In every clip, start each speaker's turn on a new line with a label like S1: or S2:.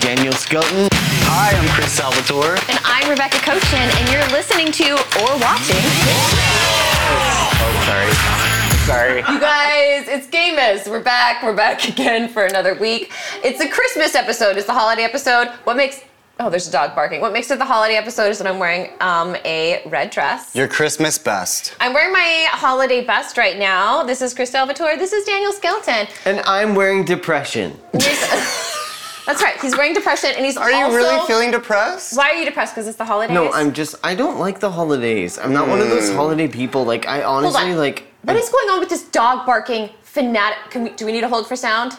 S1: Skelton. Hi, I'm Chris Salvatore.
S2: And I'm Rebecca Cochin, and you're listening to or watching.
S1: Oh, sorry. Sorry.
S2: You guys, it's Gamers. We're back. We're back again for another week. It's the Christmas episode. It's the holiday episode. What makes oh, there's a dog barking. What makes it the holiday episode is that I'm wearing um, a red dress.
S1: Your Christmas best.
S2: I'm wearing my holiday best right now. This is Chris Salvatore. This is Daniel Skelton.
S3: And I'm wearing depression.
S2: That's right. He's wearing depression, and he's
S1: Are you
S2: also.
S1: really feeling depressed?
S2: Why are you depressed? Because it's the holidays.
S3: No, I'm just, I don't like the holidays. I'm not one of
S1: Hmm.
S3: those holiday people. Like, I
S2: Hold
S3: honestly,
S2: on.
S3: like,
S2: What is going on with this dog barking fanatic? Can we, do we need a hold for sound?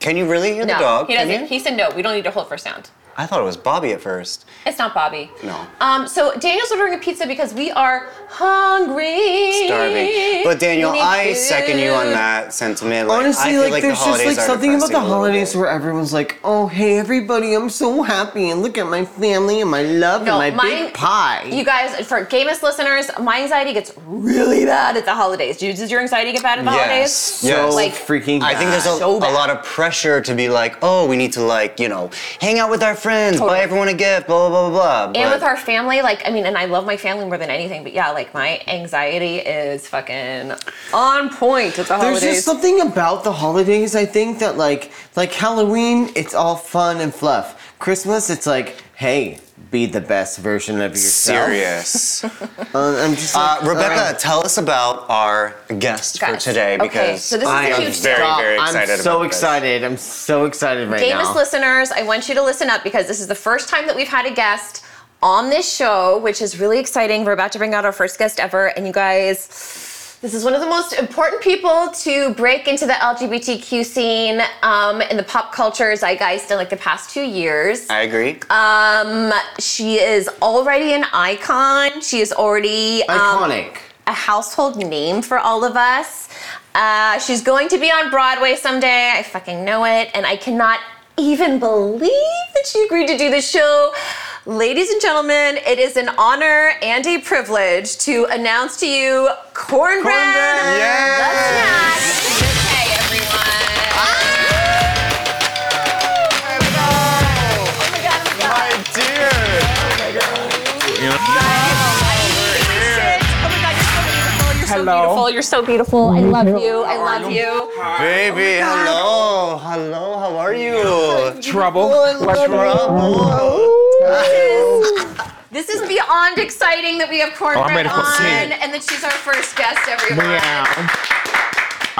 S1: Can you really hear
S2: No,
S1: the dog?
S2: he
S1: Can
S2: doesn't.
S1: you?
S2: He said no. We don't need a hold for sound.
S1: I thought it was Bobby at first.
S2: It's not Bobby.
S1: No.
S2: Um. So Daniel's ordering a pizza because we are hungry.
S1: Starving. But Daniel,
S2: We need
S1: I second you on
S2: food.
S1: that sentiment. Like, I
S3: honestly,
S1: feel
S3: like,
S1: like the
S3: there's just,
S1: holidays
S3: like,
S1: are
S3: something about
S1: depressing
S3: the
S1: a little
S3: holidays
S1: bit.
S3: where everyone's like, oh, hey, everybody, I'm so happy. And look at my family and my love
S2: No,
S3: and my
S2: mine-
S3: big pie.
S2: You guys, for gamest listeners, my anxiety gets really bad at the holidays. Do you- Does your anxiety get bad at the
S1: Yes.
S2: holidays?
S1: Yes.
S3: so
S2: like,
S3: freaking
S1: I think there's a,
S2: So
S1: a
S2: bad.
S1: lot of pressure to be like, oh, we need to like, you know, hang out with our friends,
S2: Totally.
S1: buy everyone a gift, blah blah blah blah.
S2: And
S1: but-
S2: with our family, like I mean, and I love my family more than anything, but yeah, like my anxiety is fucking on point at the
S3: There's
S2: holidays.
S3: just something about the holidays, I think, that like like Halloween, it's all fun and fluff. Christmas, it's like, hey, be the best version of yourself.
S1: serious.
S3: Uh, I'm just
S1: Uh,
S3: like,
S1: Rebecca,
S3: uh,
S1: tell us about our guest for
S2: Guys,
S1: today
S2: okay,
S1: because
S2: so this is
S1: I
S2: a
S1: am
S2: huge
S1: very,
S2: deal.
S1: very excited.
S3: I'm so
S1: about this.
S3: excited. I'm so excited right
S2: Famous
S3: now.
S2: listeners, I want you to listen up because this is the first time that we've had a guest on this show, which is really exciting. We're about to bring out our first guest ever, and you guys, this is one of the most important people to break into the LGBTQ scene um, in the pop culture zeitgeist in like the past two years.
S3: Uh,
S1: I agree.
S2: Um, she is already an icon. She is already um,
S3: Iconic.
S2: a household name for all of us. Uh, she's going to be on Broadway someday. I fucking know it. And I cannot even believe that she agreed to do this show. Ladies and gentlemen, it is an honor and a privilege to announce to you Cornbread,
S3: Cornbread,
S2: the Snack. Okay, everyone. Oh my God, oh my God.
S1: My dear.
S2: Hello. Oh You're so beautiful. I love you. I love you.
S1: Baby, hello. Hello, how are you?
S4: trouble. What's
S2: This is beyond exciting that we have
S4: I'm
S2: Cornbread
S4: ready for
S2: on
S4: tea.
S2: and that she's our first guest, everyone.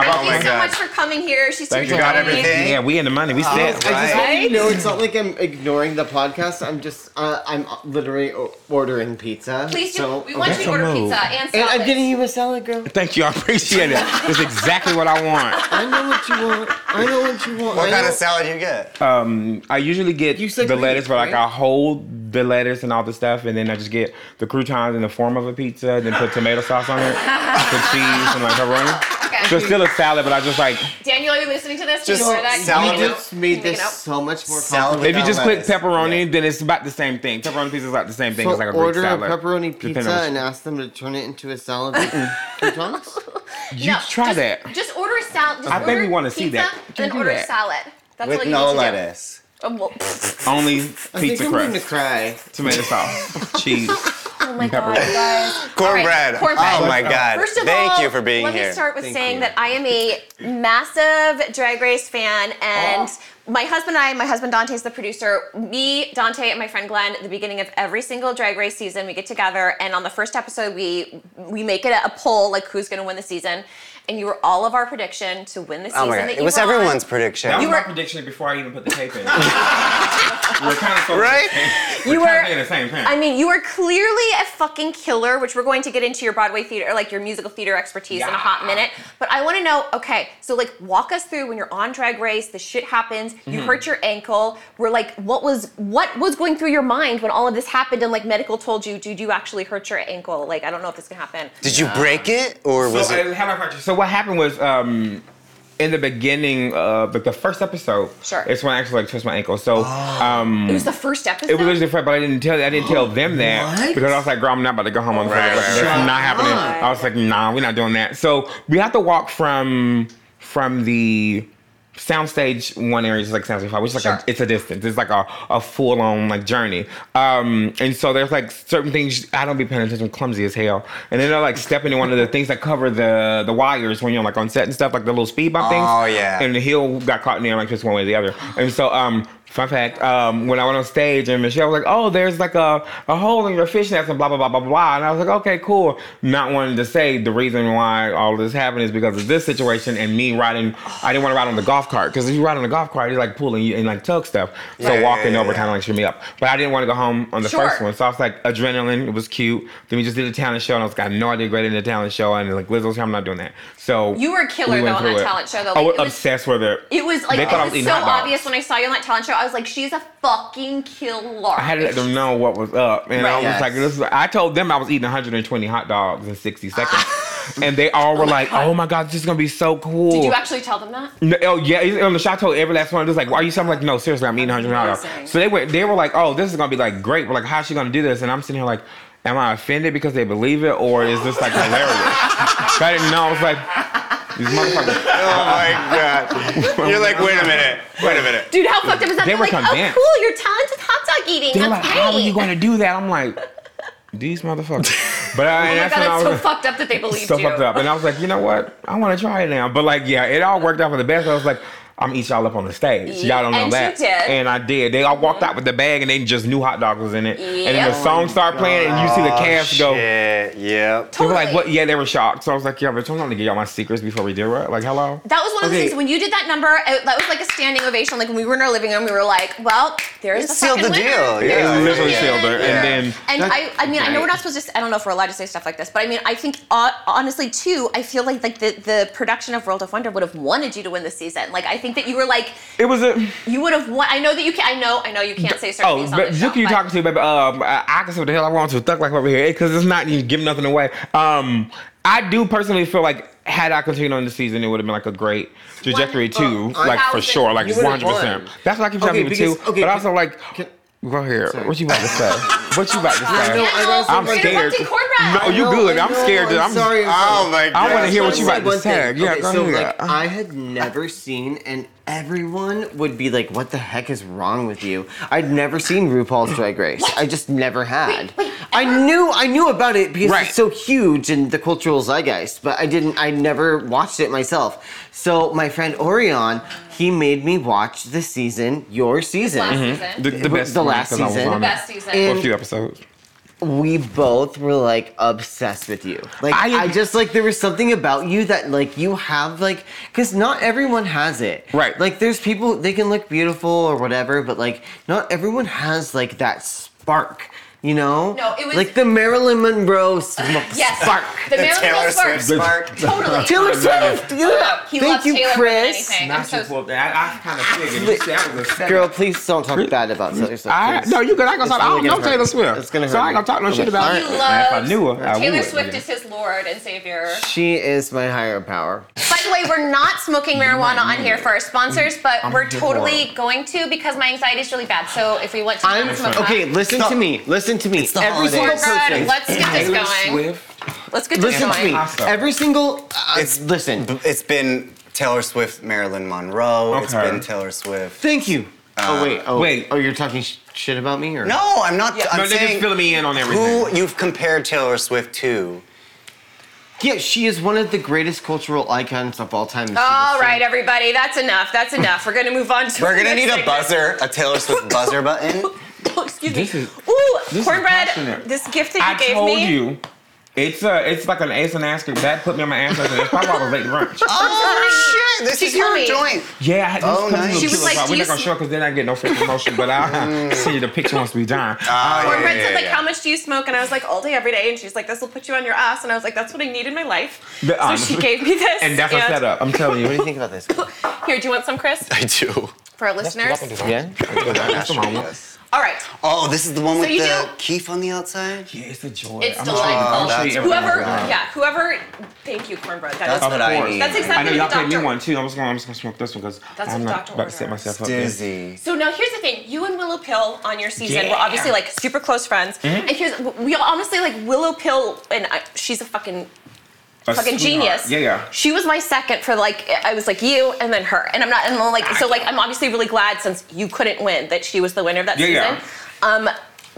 S2: Thank you so
S1: God.
S2: much for coming here. She's
S4: Oh, Thank
S2: here
S4: you
S1: got
S2: joining me.
S1: everything?
S4: Yeah, we in the money. We set.
S3: I just
S1: Right.
S3: want you to know it's not like I'm ignoring the podcast. I'm just uh, I'm literally o- ordering pizza.
S2: Please do.
S3: so,
S2: we want you
S4: That's
S2: to
S4: a
S2: order
S4: move.
S2: pizza and
S3: And
S2: salads.
S3: I'm getting you a salad, girl.
S4: Thank you. I appreciate it. That's exactly what I want.
S3: I know what you want. I know what you want.
S1: What
S3: I
S1: kind of
S3: know-
S1: salad you Uh, get?
S4: I usually get
S3: You said
S4: the
S3: green,
S4: letters, but like
S3: right?
S4: I hold the letters and all the stuff, and then I just get the croutons in the form of a pizza, then put tomato sauce on it, put cheese and like pepperoni.
S2: Okay.
S4: So it's still a salad, but I just like
S2: Daniel, are you listening to this?
S1: Just
S2: Can you order that?
S1: salad
S2: Can
S3: You
S2: you-
S3: just made
S2: Can you
S3: this
S2: make it up?
S3: so much more
S1: Salad
S3: complicated.
S4: if you just click
S1: lettuce.
S4: pepperoni,
S1: Yeah.
S4: then it's about the same thing. Pepperoni pizza is about the same thing.
S3: So
S4: it's like a Greek
S3: order a
S4: salad.
S3: pepperoni
S4: Depending
S3: pizza
S4: on-
S3: and ask them to turn it into a salad. with croutons?
S4: you
S2: No,
S4: try
S2: just-
S4: that.
S2: Just order a salad. Just
S4: I think
S2: order
S4: we wanna see
S2: pizza
S4: that.
S2: and
S4: Can
S2: then
S4: you
S2: order a
S4: do that?
S2: salad. That's all
S1: With
S2: you
S1: no
S2: need to
S1: lettuce.
S2: Do. Um, well, pff,
S4: Only
S3: I think
S4: pizza
S3: I'm gonna
S4: crust,
S3: cry.
S4: tomato sauce, cheese.
S2: oh my god,
S4: Pepperoni.
S2: guys.
S1: Cornbread.
S2: All right, cornbread.
S1: Oh my God.
S2: First of
S1: Thank
S2: all,
S1: you for being
S2: let
S1: here.
S2: me start with
S3: Thank
S2: saying
S3: you.
S2: that I am a massive Drag Race fan, and
S3: Oh.
S2: my husband and I, my husband Dante is the producer. Me, Dante, and my friend Glenn, at the beginning of every single Drag Race season, we get together, and on the first episode, we we make it a poll like who's going to win the season, and you were all of our prediction to win the season.
S1: Oh my god.
S2: that
S1: It
S2: you
S1: was
S2: were on.
S1: everyone's prediction.
S4: That was
S2: You were-
S4: my prediction before I even put the tape in. we're kind of
S1: Right?
S4: We're
S2: You
S4: kind
S2: were-
S4: of in the same thing.
S2: I mean, you are clearly a fucking killer, which we're going to get into your Broadway theater, like your musical theater expertise in a hot
S4: Yeah.
S2: minute. But I want to know, okay, so like walk us through when you're on Drag Race, the shit happens,
S4: Hmm.
S2: you hurt your ankle. We're like, what was what was going through your mind when all of this happened? And like medical told you, dude, you actually hurt your ankle. Like I don't know if this can happen.
S1: Did you break it or was
S4: so,
S1: it?
S4: uh, how do I put you- so what happened was um, in the beginning, uh, like the first episode,
S2: Sure. Oh.
S4: it's when I actually like twist my ankle. So
S2: It was the first episode.
S4: Hmm. it was literally different, but I didn't tell I didn't tell them that
S3: What?
S4: because I was like, "Girl, I'm not about to go home on Friday.
S1: right,
S4: That's
S1: right.
S4: not happening."
S2: God.
S4: I was like, "Nah, we're not doing that." So we have to walk from from the soundstage one area is like soundstage five, which is like
S2: Sure.
S4: a, it's a distance. It's like a, a full on like journey. Um, and so there's like certain things I don't be paying attention. Clumsy as hell. And then they're like stepping in one of the things that cover the the wires when you're like on set and stuff, like the little speed bump things.
S1: Oh, yeah.
S4: And the heel got caught in there like just one way or the other. And so um. Fun fact, um, when I went on stage and Michelle was like, oh, there's like a, a hole in your fishnets and blah, blah, blah, blah, blah. And I was like, okay, cool. Not wanting to say the reason why all this happened is because of this situation and me riding, I didn't want to ride on the golf cart because if you ride on the golf cart, it's like pulling you and like tug stuff. So
S1: Yeah, yeah,
S4: walking
S1: yeah,
S4: over
S1: yeah.
S4: kind of like screwed me up. But I didn't want to go home on the
S2: Sure.
S4: first one. So I was like, adrenaline, it was cute. Then we just did a talent show and I was like, I know I did great in the talent show. And like, Lizzo, I'm not doing that. So
S2: You were a killer,
S4: went
S2: though, on
S4: through
S2: that talent show, though.
S4: I
S2: Like,
S4: was
S2: it was-
S4: obsessed with it.
S2: It was like
S4: They
S2: it
S4: thought I was
S2: was
S4: eating
S2: so
S4: hot dogs.
S2: obvious when I saw you on that talent show. I was like, she's a fucking killer.
S4: I had to let them know what was up, and I was
S2: Right.
S4: like,
S3: Yes.
S4: "This is." I told them I was eating 120 hot dogs in 60
S2: Ah.
S4: seconds, and they all were like, "Oh my god, this is gonna be so cool."
S2: Did you actually tell them that?
S4: No, oh yeah, it's on the shot told every last one. Just like, are you something like, no, seriously, I'm eating 100 hot
S2: Amazing.
S4: dogs. So they were, they were like, oh, this is gonna be like great. We're like, how's she gonna do this? And I'm sitting here like, am I offended because they believe it, or is this like hilarious? I didn't know. I was like, these motherfuckers.
S1: Oh my god. You're like, wait a minute. Wait a minute.
S2: Dude, how fucked up is that?
S4: They
S2: They're
S4: were
S2: like,
S4: convinced.
S2: oh, cool, you're talented hot dog eating.
S4: They're like,
S2: That's
S4: how are
S2: great.
S4: you gonna do that? I'm like, these motherfuckers. But I,
S2: Oh my
S4: that's when I
S2: god,
S4: was
S2: it's so
S4: like-
S2: fucked up that they believed
S4: so
S2: you.
S4: fucked up. And I was like, you know what? I want to try it now. But like, yeah, it all worked out for the best. I was like, I'm eat y'all up on the stage. Y'all don't know
S2: And
S4: that.
S2: you did. Mm-hmm.
S4: And I did. They all walked out with the bag and they just knew hot dog was in it. And then
S2: Yep.
S4: the song started playing and you see the cast go.
S1: Shit. Yep.
S4: They were like,
S2: Totally.
S4: what? Yeah, they were shocked. So I was like, yeah, bitch, I'm not gonna give y'all my secrets before we do it. Like, hello?
S2: That was one of the
S3: Okay.
S2: things when you did that number. It, that was like a standing ovation. Like when we were in our living room, we were like, "Well, there's
S1: It
S2: the
S1: sealed
S2: fucking
S1: the
S2: winner.
S1: deal.
S2: There's
S1: Yeah,
S2: the
S1: it
S4: literally
S2: fucking
S4: sealed her. And
S2: winner."
S4: then-
S2: and I, I mean, I know we're
S4: Right.
S2: not supposed to. I don't know if we're allowed to say stuff like this, but I mean, I think uh, honestly too, I feel like like the the production of World of Wonder would have wanted you to win this season. Like I think that you were like
S4: It was a.
S2: you would have won. I know that you can. I know. I know you can't say certain
S4: Oh,
S2: things on
S4: but
S2: the show.
S4: look who you
S2: but-
S4: talking to, baby. Um, I, I can say what the hell I want to. Thuck like over here because it's not even giving nothing away. Um, I do personally feel like had I continued on the season, it would have been like a great trajectory too,
S2: One- uh,
S4: like for
S2: 1,000.
S4: sure, like
S3: You
S4: one
S3: would've
S4: hundred percent.
S3: won.
S4: That's what I keep
S3: Okay,
S4: telling people
S3: because-
S4: too.
S3: okay,
S4: but also like,
S3: can-
S4: go here.
S3: Sorry.
S4: What you about to say? what you about to
S3: No,
S4: say?
S3: I gotta say
S4: I'm
S3: one thing.
S4: scared.
S2: Interrupting Conrad.
S4: No, you
S3: No,
S4: good.
S3: I
S4: I'm
S3: know,
S4: scared.
S3: I'm
S4: I'm,
S3: sorry.
S1: Oh my god.
S4: I wanna hear what
S3: Let
S4: you
S3: me
S4: about
S3: say
S4: to
S3: one
S4: say.
S3: thing.
S4: Yeah,
S3: okay,
S4: go
S3: so
S4: ahead. Uh-huh.
S3: like I had never seen, and everyone would be like, "What the heck is wrong with you?" I'd never seen RuPaul's Drag Race. I just never had. I knew, I knew about it because
S4: Right.
S3: it's so huge in the cultural zeitgeist, but I didn't. I never watched it myself. So my friend Orion, he made me watch the season, your season.
S2: Last season.
S4: mm-hmm. the, the best,
S3: The
S4: one,
S3: last
S4: 'cause I was
S3: season.
S4: on
S3: The
S4: it
S2: best season.
S4: for a
S3: And-
S4: few episodes.
S3: we both were like obsessed with you. Like
S4: I-
S3: I, just like there was something about you that like you have like because not everyone has it.
S4: Right.
S3: Like there's people they can look beautiful or whatever, but like not everyone has like that spark. You know?
S2: No, it was-
S3: like the Marilyn Monroe sm-
S2: Yes.
S3: spark.
S2: The Marilyn
S1: Taylor
S2: Monroe spark.
S1: Swift spark.
S2: Totally.
S3: Taylor Swift. yeah.
S2: He
S3: Thank
S2: loves
S3: you,
S2: Taylor more than
S3: Chris.
S2: anything. I'm so
S4: I, kind of figured
S3: You said
S4: was a
S3: Girl, please don't talk bad about Taylor Swift.
S4: I,
S3: please.
S4: no, you good. I ain't gonna
S3: It's
S4: talk. I
S3: really
S4: don't know
S3: gonna hurt.
S4: Taylor Swift.
S3: It's gonna
S4: So I
S3: hurt
S4: ain't gonna
S3: me.
S4: talk no shit about
S2: He
S4: it.
S2: loves
S4: Now, if I knew her, I
S2: Taylor
S4: would.
S2: Swift is his lord and savior.
S3: She is my higher power.
S2: By the way, we're not smoking marijuana on here for our sponsors, but
S4: I'm
S2: we're
S4: here
S2: totally
S4: for it.
S2: going to because my anxiety is really bad. So if we want to,
S3: I'm
S2: not smoke
S3: okay.
S2: that-
S3: Listen
S1: Stop.
S3: to me. Listen to me.
S1: It's the
S3: Every single
S1: holidays.
S2: Conrad,
S3: person.
S2: let's get this
S4: Taylor
S2: going.
S4: Swift.
S2: Let's get this
S3: Listen to
S2: going.
S3: me.
S4: Awesome.
S3: Every single. Uh,
S1: It's-
S3: listen.
S1: B- It's been Taylor Swift, Marilyn Monroe. It's
S4: Okay.
S1: been Taylor Swift.
S3: Thank you. oh wait. Oh
S4: wait.
S3: wait. Oh, you're talking sh- shit about me or
S1: No, I'm not. I'm
S4: No, they just
S1: saying
S4: filling me in on everything.
S1: who you've compared Taylor Swift to.
S3: Yeah, she is one of the greatest cultural icons of all time.
S2: All right, everybody, that's enough. That's enough. We're gonna move on to.
S1: We're
S2: the
S1: gonna
S2: next
S1: need a
S2: segment.
S1: buzzer, a Taylor Swift buzzer button.
S2: Oh, excuse
S4: This
S2: me.
S4: is-
S2: Ooh,
S4: this is
S2: cornbread.
S4: passionate.
S2: This gift that you
S4: I
S2: gave
S4: told
S2: me.
S4: you. It's a, it's like an ace and asterisk. That put me on my ass. and It's probably why I was late to brunch.
S1: Oh shit! This
S2: She
S1: is your
S2: told me.
S1: joint.
S4: Yeah, I had this
S1: Oh,
S4: couple
S1: nice.
S4: little
S1: She
S2: was
S4: killers
S2: like,
S4: out.
S2: "Do
S4: We're
S2: you
S4: not gonna
S2: s-
S4: show because then I get no freaking motion. But
S3: Mm.
S4: I'll send you the picture once we done.
S3: Ah.
S2: Cornbread said like how much do you smoke, and I was like all day every day, and she's like this will put you on your ass, and I was like that's what I need in my life.
S4: But, um,
S2: so she gave me this.
S4: And uh, that's a setup. I'm telling you.
S3: What do you think about this?
S2: Here, do you want some, Chris,
S1: I do.
S2: for our listeners?
S3: yeah.
S2: All right.
S1: Oh, this is the one with
S2: you
S1: the
S2: do-
S1: keef on the outside.
S4: Yeah, it's a joy.
S2: It's
S4: I'm
S2: delightful.
S1: that's
S4: gonna show you everything
S2: whoever,
S4: I'm gonna do.
S2: yeah, whoever. Thank you, cornbread. That
S1: That's
S2: is-
S1: what I
S4: course.
S1: need.
S2: That's
S4: I
S2: exactly-
S4: know
S2: Happy to
S4: y'all
S2: the
S4: paid me
S2: doctor.
S4: one too. I'm just gonna, I'm just gonna smoke this one because
S2: That's
S4: I'm
S2: what
S4: not
S2: the doctor
S4: about to set
S2: orders.
S4: myself up. there.
S1: Dizzy.
S2: So now here's the thing: you and Willow Pill on your season
S4: Yeah.
S2: were obviously like super
S4: Mm-hmm.
S2: close friends, and here's we all honestly like Willow Pill, and I, she's a fucking fucking
S4: sweetheart.
S2: genius.
S4: Yeah, yeah.
S2: She was my second for like I was like you and then her. And I'm not and I'm like so like I'm obviously really glad since you couldn't win that she was the winner of that
S4: Yeah, yeah.
S2: season. Um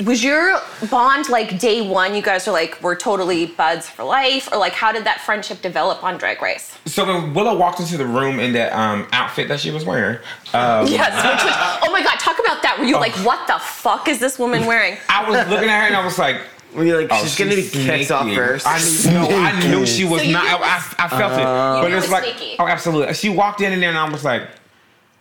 S2: was your bond like day one you guys are like we're totally buds for life or like how did that friendship develop on Drag Race?
S4: So when Willow walked into the room in that um, outfit that she was wearing, um,
S2: Yes, which was, oh my god, talk about that. Were
S4: Oh.
S2: you like what the fuck is this woman wearing?
S4: I was looking at her and I was like,
S3: When you're like,
S4: oh,
S3: she's gonna be kicked off
S4: sneaky.
S3: first.
S4: I knew, no, I knew she was
S2: So you
S4: not.
S2: knew it
S4: I,
S2: was-
S4: I, I felt it, but
S2: knew it
S4: it's
S2: was
S4: like,
S2: sneaky.
S4: oh, absolutely. She walked in and then I was like,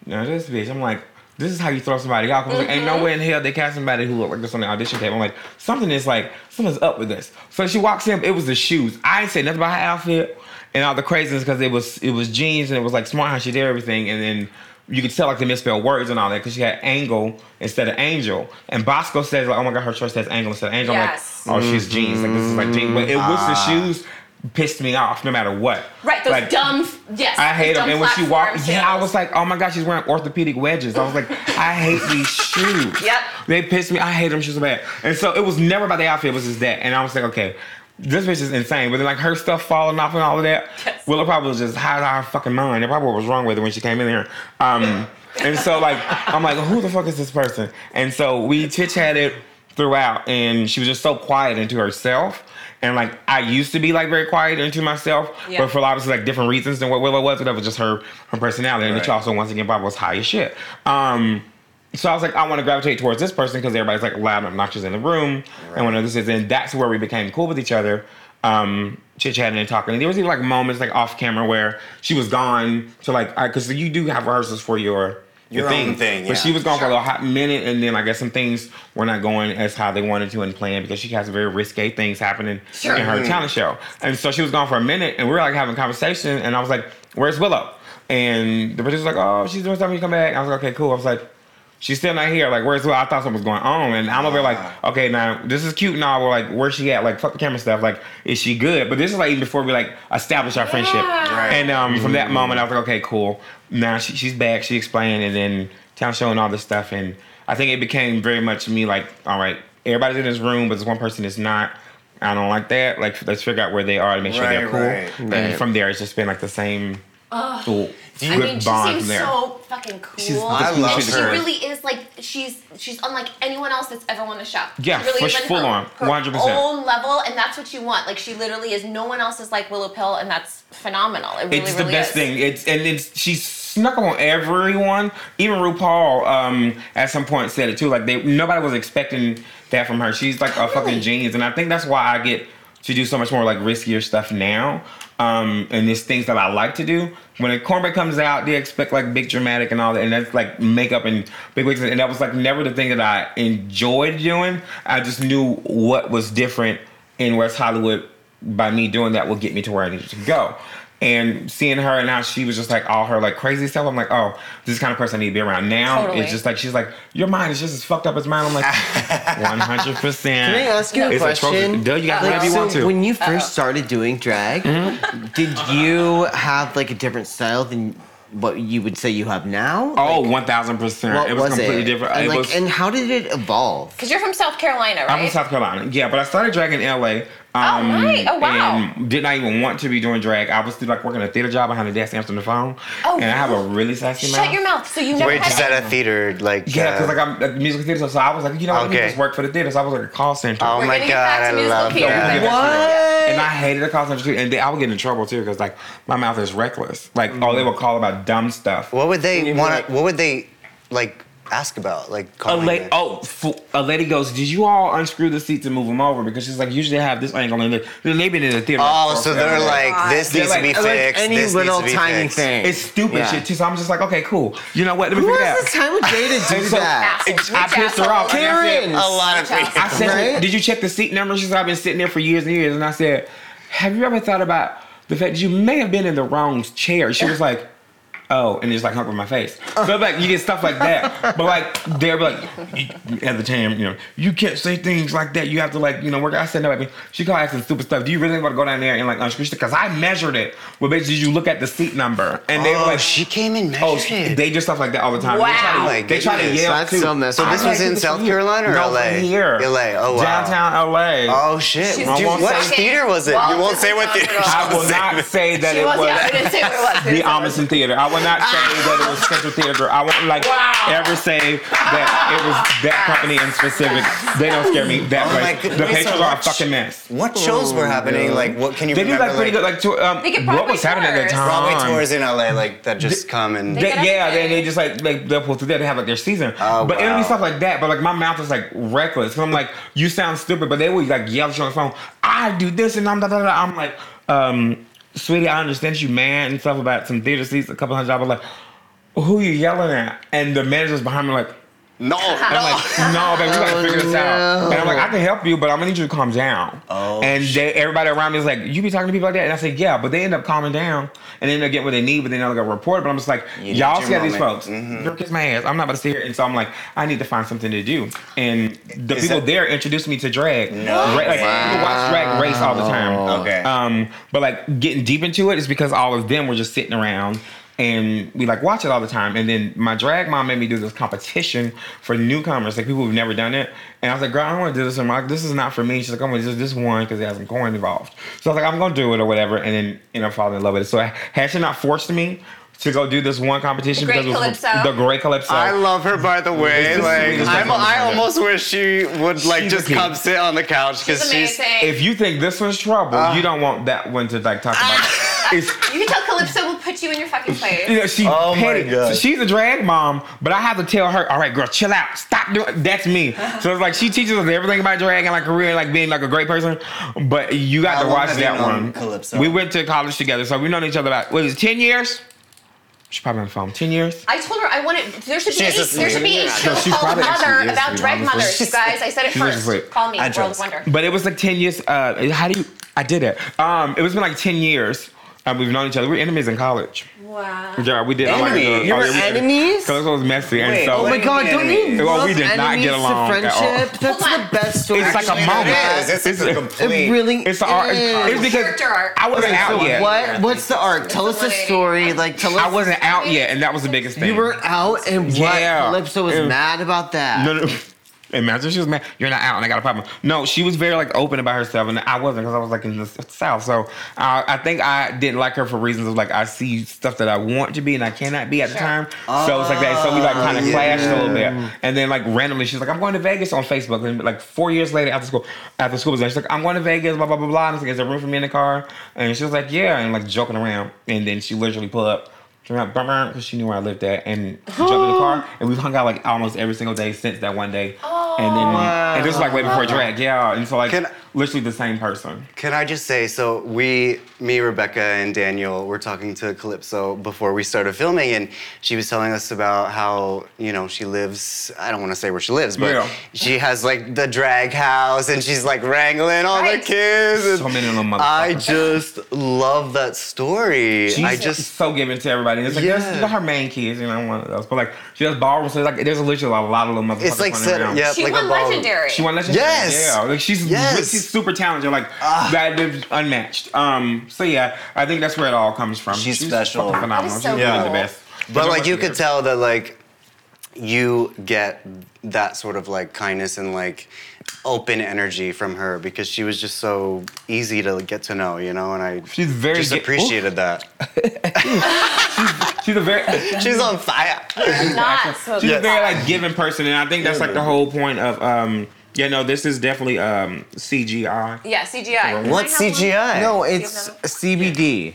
S4: no, this bitch. I'm like, this is how you throw somebody out. 'Cause I was like, ain't
S2: Mm-hmm.
S4: no way in hell they cast somebody who looked like this on the audition tape. I'm like, something is like, something's up with this. So she walks in. It was the shoes. I ain't say nothing about her outfit and all the craziness because it was it was jeans and it was like smart how she did everything. And then you could tell like the misspelled words and all that because she had angle instead of angel. And Bosco says like, oh my god, her choice says angle instead of angel.
S2: Yes.
S4: I'm like, oh, she's jeans. Like this is like jeans. But it was the shoes pissed me off no matter what.
S2: Right, those
S4: Like,
S2: dumb yes.
S4: I hate
S2: those dumb
S4: them. And when she
S2: platform
S4: walked, yeah, I
S2: sandals.
S4: was like, oh my god, she's wearing orthopedic wedges. I was like, I hate these shoes.
S2: Yep.
S4: They pissed me. I hate them shoes so bad. And so it was never about the outfit. It was just that. And I was like, okay, this bitch is insane. But then like her stuff falling off and all of that.
S2: Yes.
S4: Willow probably was just high out of her fucking mind. That probably what was wrong with her when she came in here. Um, and so like I'm like, who the fuck is this person? And so we chit chatted throughout, and she was just so quiet into herself. And like I used to be like very quiet into myself,
S2: Yeah.
S4: but for a lot of like different reasons than what Willow was. But that was just her her personality, and which
S1: Right.
S4: also once again Bob was high as shit. Um, so I was like, I want to gravitate towards this person because everybody's like loud and obnoxious in the room, and one of this is, and that's where we became cool with each other, um, chit chatting and talking. And there was even like moments like off camera where she was gone to like, because you do have rehearsals for your
S1: Your own thing,
S4: but
S1: yeah.
S4: she was gone for a little hot minute, and then I guess some things were not going as how they wanted to and planned because she has very risque things happening
S2: Sure.
S4: in her
S1: Mm-hmm.
S4: talent show. And so she was gone for a minute, and we were like having a conversation, and I was like, "Where's Willow?" And the producer's like, "Oh, she's doing something. You come back." I was like, "Okay, cool." I was like. She's still not here. Like, where's Willow? I thought something was going on, and I'm over there like, okay, now this is cute. Now we're like, where's she at? Like, fuck the camera stuff. Like, is she good? But this is like even before we like establish our friendship.
S2: Right.
S4: And um, from
S1: Mm-hmm.
S4: that moment, I was like, okay, cool. Now she, she's back. She explained, and then town show and all this stuff. And I think it became very much me like, all right, everybody's in this room, but this one person is not. I don't like that. Like, let's figure out where they are to make sure they're
S1: Right,
S4: cool.
S1: right,
S4: And
S3: right.
S4: from there, it's just been like the same. Oh,
S2: I mean, she seems so fucking cool.
S4: She's I
S1: fucking love
S2: and she
S1: her.
S2: really is like she's she's unlike anyone else that's ever won the show.
S4: Yeah,
S2: she really
S4: for-
S2: is
S4: full
S2: her,
S4: on,
S2: her
S4: 100%.
S2: own level, and that's what you want. Like she literally is. No one else is like Willow Pill, and that's phenomenal. It really,
S4: it's
S2: really
S4: the best
S2: is.
S4: thing. It's and it's she snuck on everyone. Even RuPaul um, at some point said it too. Like they nobody was expecting that from her. She's like a fucking genius, and I think that's why I get to do so much more like riskier stuff now. Um, and it's things that I like to do. When a cornbread comes out, they expect like big dramatic and all that, and that's like makeup and big wigs, and that was like never the thing that I enjoyed doing. I just knew what was different in West Hollywood by me doing that will get me to where I needed to go. And seeing her and how she was just like all her like crazy stuff, I'm like, oh, this is the kind of person I need to be around. Now
S2: Totally.
S4: it's just like she's like, your mind is just as fucked up as mine. I'm like, 100.
S3: Can
S4: percent
S3: I ask you a question?
S4: Duh, you got
S3: Like,
S4: whatever you
S3: so
S4: want to.
S3: When you Mm-hmm. 1st started doing drag, did you have like a different style than what you would say you have now?
S4: oh, 1,000 percent.
S3: what
S4: It was, completely
S3: it?
S4: different.
S3: And,
S4: it
S3: like,
S4: was,
S3: and how did it evolve?
S2: Because you're from South Carolina, right?
S4: I'm from South Carolina. Yeah, but I started drag in LA. Um,
S2: right. Oh, wow.
S4: And did not even want to be doing drag. I was still like working a theater job behind the desk, answering the phone.
S2: Oh,
S4: and I have a really sassy mouth.
S2: Shut your mouth. So you never
S1: Wait,
S2: had
S1: just at
S2: any-
S1: a theater, like
S4: Yeah, because
S1: uh,
S4: like I'm at the musical theater, so I was like, you know, what, let me
S1: Okay.
S4: just work for the theater. So I was like a call center.
S1: oh
S2: We're
S1: my
S2: gonna
S1: god,
S2: get back to
S1: I
S2: musical
S1: love
S2: theater
S1: that.
S2: then.
S4: And I hated the call center too, and they, I would get in trouble too because like my mouth is reckless. Like oh,
S2: Mm-hmm.
S4: they would call about dumb stuff.
S1: What would
S4: And
S1: they
S4: you'd be
S1: want?
S4: like-
S1: to what would they like ask about? Like
S4: A
S1: calling
S4: lady,
S1: it?
S4: oh, f- a lady goes, "Did you all unscrew the seats and move them over?" Because she's like, usually I have this angle, and they- they've been in the theater.
S1: Oh, so they're
S4: forever.
S1: like, this
S4: They're
S1: needs to be
S4: like-
S1: fixed.
S4: like
S3: any
S1: this
S3: little
S1: needs to be
S3: tiny
S1: fixed.
S3: thing.
S4: it's stupid
S3: Yeah.
S4: shit too. So I'm just like, okay, cool. You know what? Let me
S3: Who
S4: figure it
S3: has
S4: out.
S3: the time of day to do
S4: And so-
S3: that?
S2: Asshole.
S4: I
S2: Rich
S4: pissed her
S2: asshole.
S4: off. Like, I said-
S3: Karen.
S1: A lot of
S2: Child.
S1: people.
S4: I said,
S3: Right?
S4: "Did you check the seat number?" She said, "I've been sitting there for years and years." And I said, "Have you ever thought about the fact that you may have been in the wrong chair?" She was like, oh, and it's like hung up in my face. So like you get stuff like that. But like they're like at the time, you know, you can't say things like that. You have to like, you know, work. I said no, I mean, she called asking stupid stuff. Do you really want to go down there and like unscrew Because I measured it. Well, bitch, did you look at the seat number? And they were
S1: oh,
S4: like,
S1: she came and measured
S4: oh,
S1: it.
S4: they do stuff like that all the time. They try to-
S2: Wow.
S1: Oh my
S4: They try to
S1: goodness,
S4: yell
S3: that's
S4: too.
S3: so messed up.
S1: So this
S3: I
S1: was
S4: like
S1: in
S4: this
S1: South
S4: from
S1: Carolina or
S4: No, from
S1: LA?
S4: here.
S1: LA. Oh wow.
S4: Downtown LA.
S1: Oh shit.
S2: She's
S1: Do you-
S4: won't
S1: what
S4: say-
S1: theater was it? You
S2: Well,
S1: won't say
S2: it's
S1: what
S2: not
S1: theater.
S2: at all.
S4: I will not say that
S2: She
S4: it
S2: was,
S4: was.
S2: yeah, I didn't say what it was.
S4: the Amundsen Theater. I would not say that it was Central Theater. I won't like ever say that it was that company in specific. They don't scare me that
S1: Oh my
S4: much.
S1: goodness.
S4: The
S1: Wait, so
S4: patrons are a
S1: what-
S4: fucking mess.
S1: What shows were happening? Like, what can you
S4: Oh, They do
S1: remember?
S4: like pretty good like to, um,
S2: They get
S4: what
S2: Broadway
S4: was happening at that
S2: tours.
S4: time.
S1: Broadway tours in LA, like that just come and.
S4: Mm. They-
S2: get
S4: yeah, they,
S2: everything.
S4: they just like they, they'll pull through there. They have like their season,
S1: Oh,
S4: but it'll
S1: wow.
S4: be stuff like that. But like my mouth is like reckless. So I'm like, you sound stupid, but they will like yell at you on the phone. I do this and I'm da da da. I'm like, um, sweetie, I understand you mad and stuff about some theater seats, a couple hundred dollars. Like, who you yelling at? And the managers behind me like.
S1: no,
S4: And I'm
S1: no.
S4: like, no, baby, we gotta figure this out. And I'm like, I can help you, but I'm gonna need you to calm down.
S1: Oh,
S4: and they, everybody around me is like, you be talking to people like that? And I said, yeah, but they end up calming down and they end up getting what they need, but then they're like a reporter. But I'm just like,
S1: You
S4: y'all
S1: need your
S4: see how these
S1: moment. Mm-hmm.
S4: folks, girl, kiss my ass. I'm not about to sit here. And so I'm like, I need to find something to do. And the
S1: Is
S4: people
S1: that-
S4: there introduced me to drag.
S1: No
S4: Dra- like,
S1: way.
S4: people watch drag race all the time.
S1: Okay.
S4: Um, but like getting deep into it is because all of them were just sitting around and we like watch it all the time. And then my drag mom made me do this competition for newcomers, like people who've never done it. And I was like, girl, I don't want to do this. And I'm like, this is not for me. She's like, I'm gonna do this one because it has some coin involved. So I was like, I'm gonna do it or whatever. And then end up falling in love with it. So had she not forced me to go do this one competition
S2: The Great
S4: because it was
S2: Calypso.
S4: the Great Calypso.
S1: I love her, by the way.
S4: It's the
S1: Like,
S4: sweetest
S1: I'm,
S4: thing I've
S1: I
S4: ever done.
S1: almost wish she would like
S4: She's
S1: just
S4: a
S1: come
S4: kid.
S1: sit on the couch because
S2: It's
S1: she's.
S2: amazing.
S4: if you think this one's trouble,
S1: Uh.
S4: you don't want that one to like talk about.
S2: Ah.
S4: it. It's
S2: you can tell Calypso will put you in your fucking place.
S4: You know, she
S1: Oh my
S4: petty.
S1: God.
S4: So she's a drag mom, but I have to tell her, all right, girl, chill out. Stop doing that's me. So it's like she teaches us everything about drag and like career and like being like a great person. But you got
S1: How
S4: to
S1: long
S4: watch
S1: have you
S4: that
S1: known
S4: one.
S1: Calypso?
S4: We went to college together, so we known each other about what is it, ten years? She's probably on the phone. Ten years?
S2: I told her I wanted there should be
S1: She's
S2: a,
S1: asleep.
S2: there should be a
S1: No,
S2: show
S4: she's
S2: called
S4: probably asleep,
S2: Mother
S4: yes,
S2: about
S4: to be
S2: drag
S4: honest.
S2: mothers. You guys, I said it
S4: She's
S2: first.
S4: asleep.
S2: Call me
S1: I
S2: World
S1: drove.
S2: Wonder.
S4: But it was like ten years. Uh, how do you? I did it. Um, it was been like ten years. Uh, we've known each other. We were enemies in college.
S2: Wow.
S4: Yeah, we did. I like
S1: Enemies?
S4: the-
S1: You
S4: oh,
S3: were
S4: yeah, we did.
S3: enemies?
S4: Calypso was messy,
S1: Wait,
S4: and so
S1: oh
S3: Oh my
S1: Like
S3: god, don't
S1: enemies.
S3: you
S4: Well,
S3: love
S4: we did not
S3: enemies
S4: get along
S3: to
S4: at all.
S3: friendship? That's
S2: Hold
S3: the
S2: on.
S3: best story.
S4: It's like a
S1: Actually,
S4: mama.
S1: It is. This is a
S4: It- it
S1: complete.
S3: It really
S4: It's the art.
S3: is.
S4: It's because
S2: Character art.
S4: I wasn't
S3: Okay,
S4: out
S3: so
S4: yet.
S3: what? What's the arc? Tell us the story. Like, tell us.
S4: I wasn't out yet, and that was the biggest thing.
S3: You were out, and what?
S4: Yeah.
S3: Calypso was
S4: It-
S3: mad about that.
S4: No, no. Imagine she was mad. You're not out, and I got a problem. No, she was very like open about herself, and I wasn't because I was like in the s- south. So uh, I I think I didn't like her for reasons of like I see stuff that I want to be and I cannot be at the time. So it's like that. So we like kind of
S1: Oh, yeah.
S4: clashed a little bit, and then like randomly she's like, "I'm going to Vegas" on Facebook, and like four years later after school, after school was done, she's like, "I'm going to Vegas," blah blah blah blah. And I was like, "Is there room for me in the car?" And she was like, "Yeah," and like joking around, and then she literally pulled up. Because she knew where I lived at, and she jumped in the car, and we've hung out like almost every single day since that one day. And then, and this is like way before drag, yeah. And so
S1: Oh,
S4: like,
S1: Can-
S4: literally the same person.
S1: Can I just say, so we, me, Rebecca, and Daniel were talking to Calypso before we started filming, and she was telling us about how, you know, she lives, I don't want to say where she lives, but
S4: Yeah.
S1: she has like the drag house and she's like wrangling all
S2: Right.
S1: the kids. and
S4: So many little motherfuckers.
S1: I just love that story. I
S4: She's
S1: just,
S4: so giving to everybody. It's like
S1: Yeah.
S4: there's- you know, her main kids, you know, one of those. But like she does ballroom, so like there's literally a lot of little motherfuckers.
S1: it's like,
S4: running
S1: set,
S4: around.
S1: yeah,
S2: She
S1: like
S2: won
S1: a ball.
S2: legendary.
S4: She won legendary.
S1: Yes.
S4: Yeah. Like she's
S1: Yes. Ah.
S4: she's super talented. Like that is unmatched. Um. So yeah, I think that's where it all comes from.
S1: She's special.
S4: fucking phenomenal.
S2: That is so
S4: she's really
S2: cool.
S4: the best.
S1: But
S4: There's
S1: like
S4: no
S1: you
S4: question
S1: could
S4: there.
S1: tell that like you get that sort of like kindness and like open energy from her because she was just so easy to get to know, you know, and I
S4: She's very
S1: just
S4: ga-
S1: appreciated that.
S4: She's a very
S1: She's on fire.
S2: Not so
S4: she's a
S1: Yes.
S4: very like giving person, and I think that's like the whole point of um. Yeah, no, this is definitely um CGI.
S2: Yeah, CGI.
S1: What
S2: Can I have one?
S1: CGI?
S3: No,
S2: You
S3: it's
S2: have
S3: CBD.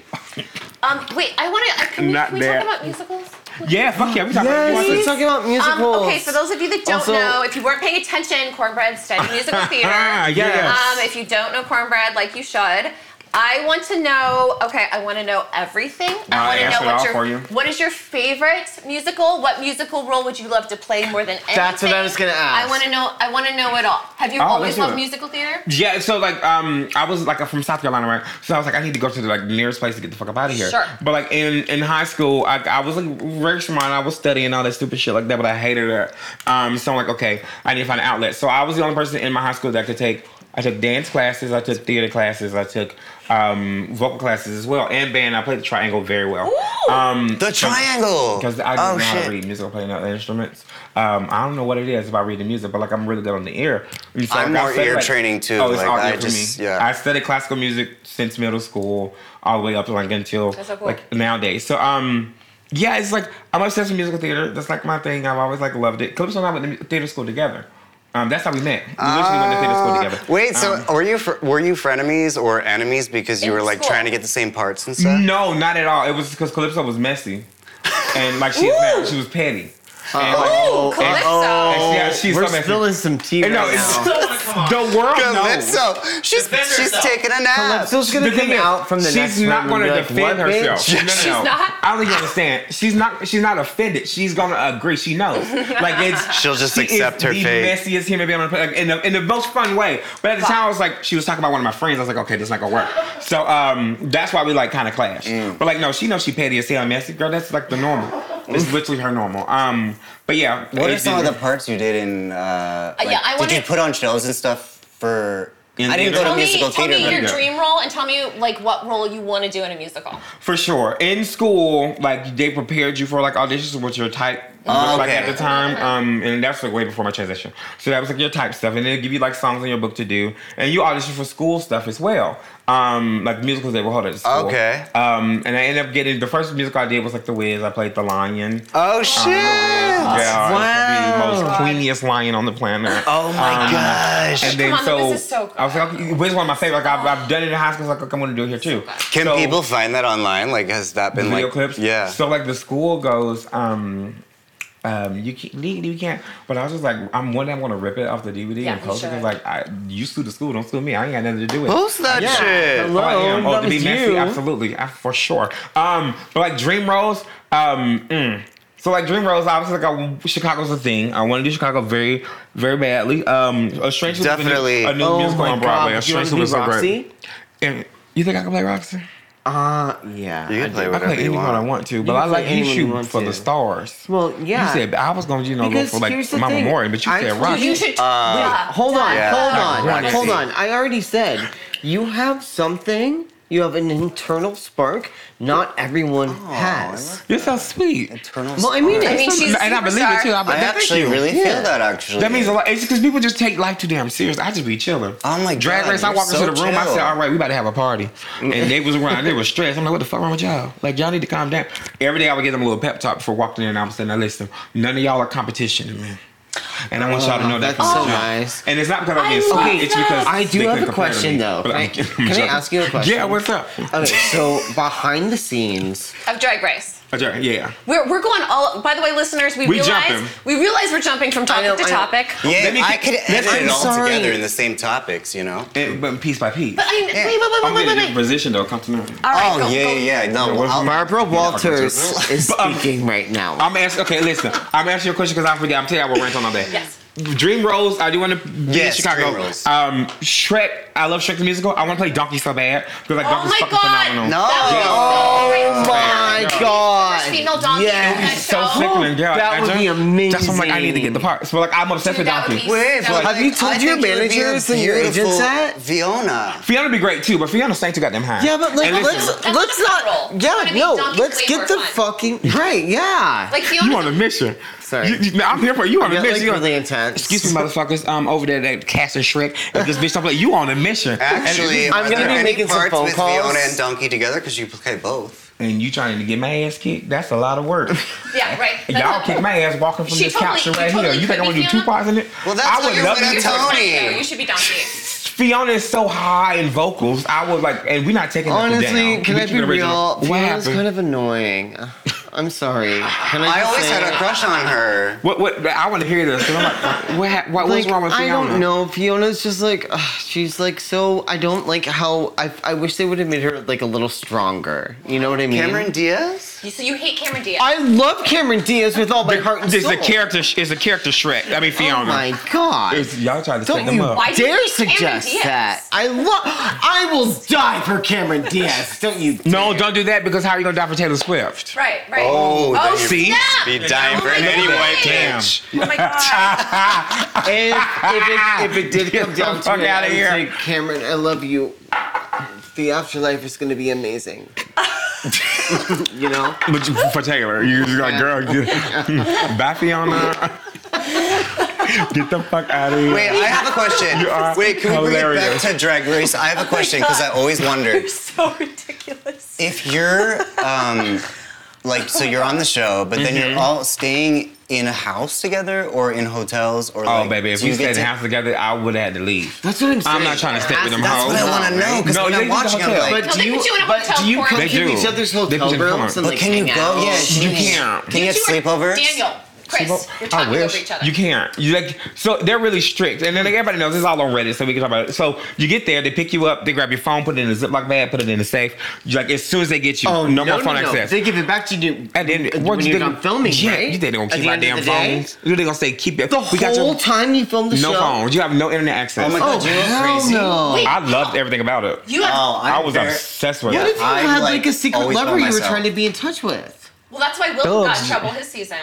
S2: Um, wait, I want to. Can we,
S4: Not
S2: can we
S4: that.
S2: talk about musicals?
S4: Yeah, fuck yeah, we talking
S3: Yes,
S4: about
S3: we're talking about
S2: Um,
S3: musicals.
S2: okay, for those of you that don't
S3: Also-
S2: know, if you weren't paying attention, Cornbread studied musical theater.
S4: Yes.
S2: Um, if you don't know Cornbread, like you should. I want to know. Okay, I want to know everything. I
S4: I
S2: want to
S4: answered
S2: know what
S4: all
S2: your
S4: for you.
S2: what is your favorite musical? What musical role would you love to play more than anything?
S3: That's what I was gonna ask.
S2: I want to know. I want to know it all. Have you
S4: Oh,
S2: always
S4: let's do
S2: loved
S4: it.
S2: musical theater?
S4: Yeah, so like um I was like from South Carolina, right? So I was like, I need to go to the like nearest place to get the fuck up out of here.
S2: Sure.
S4: But like in in high school, I, I was like very smart. and I was studying all that stupid shit like that, but I hated it. Um, so I'm like, okay, I need to find an outlet. So I was the only person in my high school that could take. I took dance classes, I took theater classes, I took um, vocal classes as well, and band. I played the triangle very well.
S2: Ooh.
S4: Um,
S1: The triangle.
S4: because I don't
S1: oh
S4: know how to
S1: shit.
S4: read music or playing other instruments. Um, I don't know what it is about reading music, but like I'm really good on the ear. And so,
S1: I'm
S4: like, I
S1: more
S4: studied,
S1: ear training, too.
S4: Oh, it's
S1: Like,
S4: all
S1: I
S4: ear for
S1: just-
S4: me.
S1: yeah.
S4: I studied classical music since middle school, all the way up to like until
S2: That's so cool.
S4: like nowadays. So um, yeah, it's like I'm obsessed with musical theater. That's like my thing. I've always like loved it. Calypso and I went to mu- theater school together. Um, that's how we met. We literally went to theater
S2: Uh,
S4: school together.
S1: Ah, Wait, so
S4: Um,
S1: were you fr- were you frenemies or enemies because you
S2: In
S1: were like
S2: school.
S1: trying to get the same parts and stuff?
S4: Um, No, not at all. It was because Calypso was messy, and like she's mad. she was petty. And, oh, like,
S2: Ooh, Calypso.
S1: Oh,
S4: and she- yeah, she's
S3: We're
S4: so messy.
S3: spilling some tea right
S4: And no,
S3: now.
S4: it's, the world knows.
S1: Calypso, she's
S5: Defend
S1: she's
S5: herself.
S1: taking a nap.
S3: Calypso's gonna
S4: The thing
S3: come
S4: is,
S3: out from the
S4: she's
S3: next
S4: not
S3: going
S4: gonna
S3: to
S4: defend herself. No, no,
S2: She's
S4: no.
S2: not?
S4: I don't think you understand. She's not. She's not offended. She's gonna agree. She knows. Like it's.
S1: She'll just
S4: she
S1: accept
S4: is
S1: her
S4: the
S1: fate.
S4: messiest human being on the planet, like, in the in the most fun way. But at the time, I was like, she was talking about one of my friends. I was like, okay, this is not gonna work. So um, that's why we like kind of clash.
S3: Mm.
S4: But like, no, she knows she petty as hell, and messy girl. That's like the normal.
S3: Mm.
S4: It's literally her normal. Um, but yeah.
S6: What are
S4: it-
S6: some of the parts you did in? Uh,
S2: Uh,
S6: like,
S2: yeah, I
S6: did you
S2: wanna-
S6: put on shows and stuff for?
S4: In
S6: I didn't
S4: theater?
S6: go
S2: Tell
S6: to
S2: me,
S6: musical
S2: tell
S6: theater.
S2: me
S6: but-
S2: your
S4: yeah.
S2: dream role and tell me like what role you want to do in a musical.
S4: For sure. In school, like they prepared you for like auditions with your type
S6: Oh,
S4: like
S6: okay.
S4: at the time. Um and that's like way before my transition. So that was like your type stuff. And they give you like songs in your book to do. And you audition for school stuff as well. Um, like musicals they will hold at school.
S1: Okay.
S4: Um, and I ended up getting the first musical I did was like The Wiz. I played the Lion.
S1: Oh shit!
S4: Yeah, it's
S3: Wow.
S4: the most queeniest lion on the planet.
S1: Oh my
S4: Um,
S1: gosh!
S4: And then
S2: Come on,
S4: so,
S2: this is so good.
S4: I was like, okay, Wiz one of my favorite. Like, I've, I've done it in high school. So like, I'm gonna do it here too.
S1: Can
S4: So-
S1: people find that online? Like, has that been
S4: video
S1: like
S4: clips.
S1: Yeah.
S4: So like the school goes, um, um, you can't, legally you can't. But I was just like, I'm one day I'm gonna rip it off the DVD
S2: Yeah,
S4: and
S2: you
S4: post it
S2: should.
S4: because like I, you sue the school, don't sue me. I ain't got nothing to do with it.
S1: Post that shit.
S4: Oh, I am.
S3: Hello,
S4: Oh,
S3: that
S4: to be
S3: was
S4: messy,
S3: you.
S4: absolutely, I, for sure. Um, but like dream roles, um, mm. so like dream roles, obviously, like I, Chicago's a thing. I want to do Chicago very, very badly. Um, a strange Loop is a new-
S1: Definitely.
S4: a new
S3: Oh
S4: musical
S3: my
S4: on Broadway.
S3: God,
S4: A
S3: you wanna
S4: strange Loop
S3: do
S4: is so
S3: Roxy?
S4: great. And you think I can play Roxy?
S3: Uh, yeah.
S1: You
S3: I
S1: can play
S3: do.
S4: I
S1: whatever
S4: play
S1: you
S4: anyone
S1: want.
S4: I want to, but
S3: can
S4: I
S3: play
S4: like you
S3: anyone you
S4: shooting
S3: want
S4: for the
S3: to.
S4: stars.
S3: Well, yeah.
S4: You said I was going to, you know,
S3: Because
S4: go for like
S3: here's the
S4: Mama
S3: thing.
S4: Mori, but you
S3: I-
S4: said
S3: you
S4: Roxy.
S2: You should. yeah,
S3: Hold on,
S2: yeah.
S3: hold
S1: Yeah.
S3: on,
S1: Roxy.
S3: hold on. I already said you have something. You have an internal spark. Not everyone has.
S4: You're so sweet.
S6: Eternal
S3: Well, I mean,
S6: Spark.
S2: I mean,
S3: it's
S2: she's a
S4: and I believe
S2: superstar.
S4: it too. I,
S6: I
S4: thank
S6: actually
S4: you.
S6: really
S3: Yeah.
S6: feel that actually.
S4: That means a lot. It's because people just take life too damn serious. I just be chilling.
S6: Oh my
S4: Drag
S6: God,
S4: race. I
S6: you're
S4: walk into
S6: so
S4: the room. I said,
S6: chill.
S4: "All right, we about to have a party," and they was around. They were stressed. I'm like, "What the fuck wrong with y'all? Like, y'all need to calm down." Every day I would give them a little pep talk before walking in. and I was saying, "Now listen, none of y'all are competition to me." And I want y'all to know
S3: Oh, that's
S4: that. from the
S3: so
S4: jump.
S3: nice.
S4: And it's not because I'm
S2: I
S4: being
S2: love
S4: sweet. It's
S2: that.
S4: because
S3: I do
S4: they
S3: have
S4: couldn't
S3: a
S4: compare to
S3: question,
S4: me.
S3: though.
S4: But I'm-
S3: Can I-
S4: I'm
S3: can I
S4: joking.
S3: ask you a question?
S4: Yeah, what's up?
S3: Okay, so behind the scenes,
S2: of Drag Race.
S4: Okay, Yeah.
S2: We're, we're going all. By the way, listeners, we,
S4: We
S2: realize
S4: jumping.
S2: we realize we're jumping from topic
S3: know,
S2: to
S3: I know.
S2: topic.
S1: Yeah,
S4: Let me
S1: I
S4: get-
S1: could
S4: let-
S1: edit
S3: I'm
S1: it all
S3: sorry.
S1: together in the same topics, you know.
S4: And- but piece by piece.
S2: But I mean, wait, wait, wait, wait,
S4: I'm in a
S2: wait,
S4: good
S2: wait.
S4: position though. Come to know.
S2: All right,
S6: Oh
S2: go,
S6: yeah,
S2: go.
S6: yeah. yeah. No,
S4: what's
S6: I'll-
S4: my-
S3: Barbara Walters
S4: Walters.
S3: is
S4: But, um,
S3: speaking right now.
S4: I'm asking. Okay, listen. I'm asking you a question because I forget. I'm telling you, I will rant on all day.
S2: Yes.
S4: Dream roles. I do want to be
S1: Yes,
S4: in Chicago.
S1: dream roles.
S4: Um, Shrek. I love Shrek the musical. I want to play Donkey so bad because like
S2: Oh
S4: Donkey's
S2: my
S4: fucking
S2: God.
S4: phenomenal.
S1: No.
S2: That would be so great.
S3: Oh my
S4: Yeah.
S3: god!
S2: First female donkey in that
S3: Yes.
S4: So
S2: show.
S4: sick, man. Yeah,
S3: That would
S4: I
S3: be
S4: just- That's why I'm like, I need to
S3: amazing.
S4: get the part. So like, I'm obsessed
S2: Dude,
S4: with
S2: that would
S4: Donkey.
S2: be-
S1: Wait,
S2: That would
S1: but
S2: be-
S3: Have you told
S1: I
S3: your
S1: think you would be a
S3: managers and your agents
S1: beautiful
S3: that?
S1: Fiona?
S4: Fiona be great too, but Fiona sang too goddamn high.
S3: yeah, but like,
S4: And listen,
S3: let's
S2: That's
S3: let's
S2: the
S3: not.
S2: role. You wanna
S3: Yeah,
S2: be
S3: no,
S2: Donkey
S3: let's
S2: way more
S3: get the
S2: fun.
S3: fucking right. Yeah.
S2: Like Fiona.
S4: you on a mission.
S3: Sorry.
S4: You, you- I'm here for you. You on a
S3: Yeah,
S4: mission.
S3: like,
S4: You on-
S3: really intense.
S4: Excuse me, motherfuckers. Um, over there, that casting Shrek. If this bitch, I'm like, you on a mission.
S1: Actually,
S4: and,
S3: I'm
S1: are
S3: gonna
S1: there
S3: be
S1: any
S3: making some
S1: parts
S3: phone
S1: with
S3: calls.
S1: Fiona and Donkey together because you play both.
S4: and you trying to get my ass kicked? That's a lot of work.
S2: Yeah, right. That's
S4: Y'all
S2: not-
S4: kick my ass walking from
S2: She
S4: this
S2: totally-
S4: couch
S2: she
S4: right
S2: totally
S4: here. You think
S2: could
S4: I want to
S2: be
S4: do two
S2: Fiona.
S4: parts in it?
S1: Well, that's
S4: I
S1: why
S4: would
S1: you're
S4: love
S1: with
S4: to.
S2: You're so
S1: Tony.
S2: funny, though. You should be donkey.
S4: Fiona is so high in vocals. I was like, and we're not taking nothing
S3: Honestly,
S4: down.
S3: can
S4: We
S3: I
S4: keep
S3: be
S4: it original.
S3: real?
S4: What
S3: Fiona's
S4: happened?
S3: kind of annoying. I'm sorry. Can I?
S1: I
S3: just
S1: always
S3: say-
S1: had a crush on her.
S4: What? What? I want to hear this. 'cause I'm like, what, hap- what? What's
S3: Like,
S4: wrong with
S3: I
S4: Fiona?
S3: don't know. Fiona's just like ugh, she's like so. I don't like how. I I wish they would have made her like a little stronger. You know what I mean?
S1: Cameron Diaz?
S2: So you hate Cameron Diaz.
S3: I love Cameron Diaz with all my heart and
S4: This is
S3: soul.
S4: a character. Is a character Shrek. I mean Fiona.
S3: Oh my god.
S4: It's- y'all tried to set
S3: Don't
S4: them
S3: you
S4: up.
S2: Why do you
S3: dare
S2: hate Cameron
S3: suggest
S2: Diaz?
S3: that. I love. I will die for Cameron Diaz. Don't you?
S4: No, don't do that because how are you gonna die for Taylor Swift?
S2: right, right. oh
S1: Oh, damn.
S2: see? Snap.
S1: Be dying for
S2: Oh my
S1: any
S2: God.
S1: white
S4: Damn.
S1: bitch.
S2: Oh my god.
S3: If, if, it, if it did
S4: Get
S3: come
S4: the
S3: down
S4: fuck
S3: to it,
S4: outta
S3: I'd
S4: here.
S3: say, Cameron, I love you. The afterlife is going to be amazing. you know?
S4: But you- for Taylor, you just like, girl, get, bye Fiona. get the fuck out of here.
S1: Wait, I have a question.
S4: You are
S1: Wait, can we bring it
S4: hilarious.
S1: back to Drag Race? I
S3: Oh
S1: have a question because I always wondered
S2: You're so ridiculous.
S1: if you're um, like, so you're on the show, but then
S3: Mm-hmm.
S1: you're all staying in a house together or in hotels or
S4: Oh,
S1: like,
S4: baby, if
S1: do
S4: we
S1: you
S4: stayed
S1: get
S4: in the
S1: to-
S4: house together, I would have had to leave.
S3: That's what I'm saying.
S4: I'm not trying to stay with them
S3: That's
S1: That's what I
S4: hoes.
S3: No,
S1: want to know because
S4: No,
S1: when
S4: they
S1: I'm
S4: do the
S1: watching, I'm
S4: hotel.
S1: like,
S3: But
S2: they
S3: do you,
S2: put you in a
S3: but
S2: hotel
S3: do you come
S2: They
S3: to
S4: do.
S3: each other's
S4: They put you
S3: hotel
S4: in a
S3: rooms
S4: hotel.
S3: and
S4: But
S3: like
S1: can you
S3: hang
S1: go?
S3: out?
S1: Yeah, she-
S4: You can't.
S1: can you get
S2: two are-
S1: sleepovers?
S2: Daniel, Chris, you're talking over each other.
S4: You can't. You like so they're really strict, and then like, everybody knows it's all on Reddit, so we can talk about it. So you get there, they pick you up, they grab your phone, put it in a Ziploc bag, put it in the safe. You like as soon as they get you,
S3: Oh,
S4: no, more phone access.
S3: They give it back to you
S4: and then
S3: when
S4: once
S3: you're
S4: they-
S3: done filming,
S4: yeah,
S3: right?
S4: you think they're gonna
S3: At
S4: keep
S3: the
S4: our
S3: end of
S4: damn
S3: the day?
S4: phones? You think they're gonna say keep your
S3: The whole time you filmed the
S4: no
S3: show?
S4: phones. You have no internet access.
S1: oh my god,
S3: Oh,
S1: you look
S3: hell
S1: crazy.
S3: no.
S2: Wait,
S4: I loved everything about it.
S2: You have,
S1: Oh, I'm
S4: I was
S1: very-
S4: obsessed with
S3: What
S4: it.
S3: if you
S1: I,
S3: had like,
S1: like,
S3: a secret
S1: always
S3: lover
S1: by
S3: you were
S1: myself.
S3: trying to be in touch with?
S2: well, that's why Will got in
S4: Ugh.
S2: trouble his season.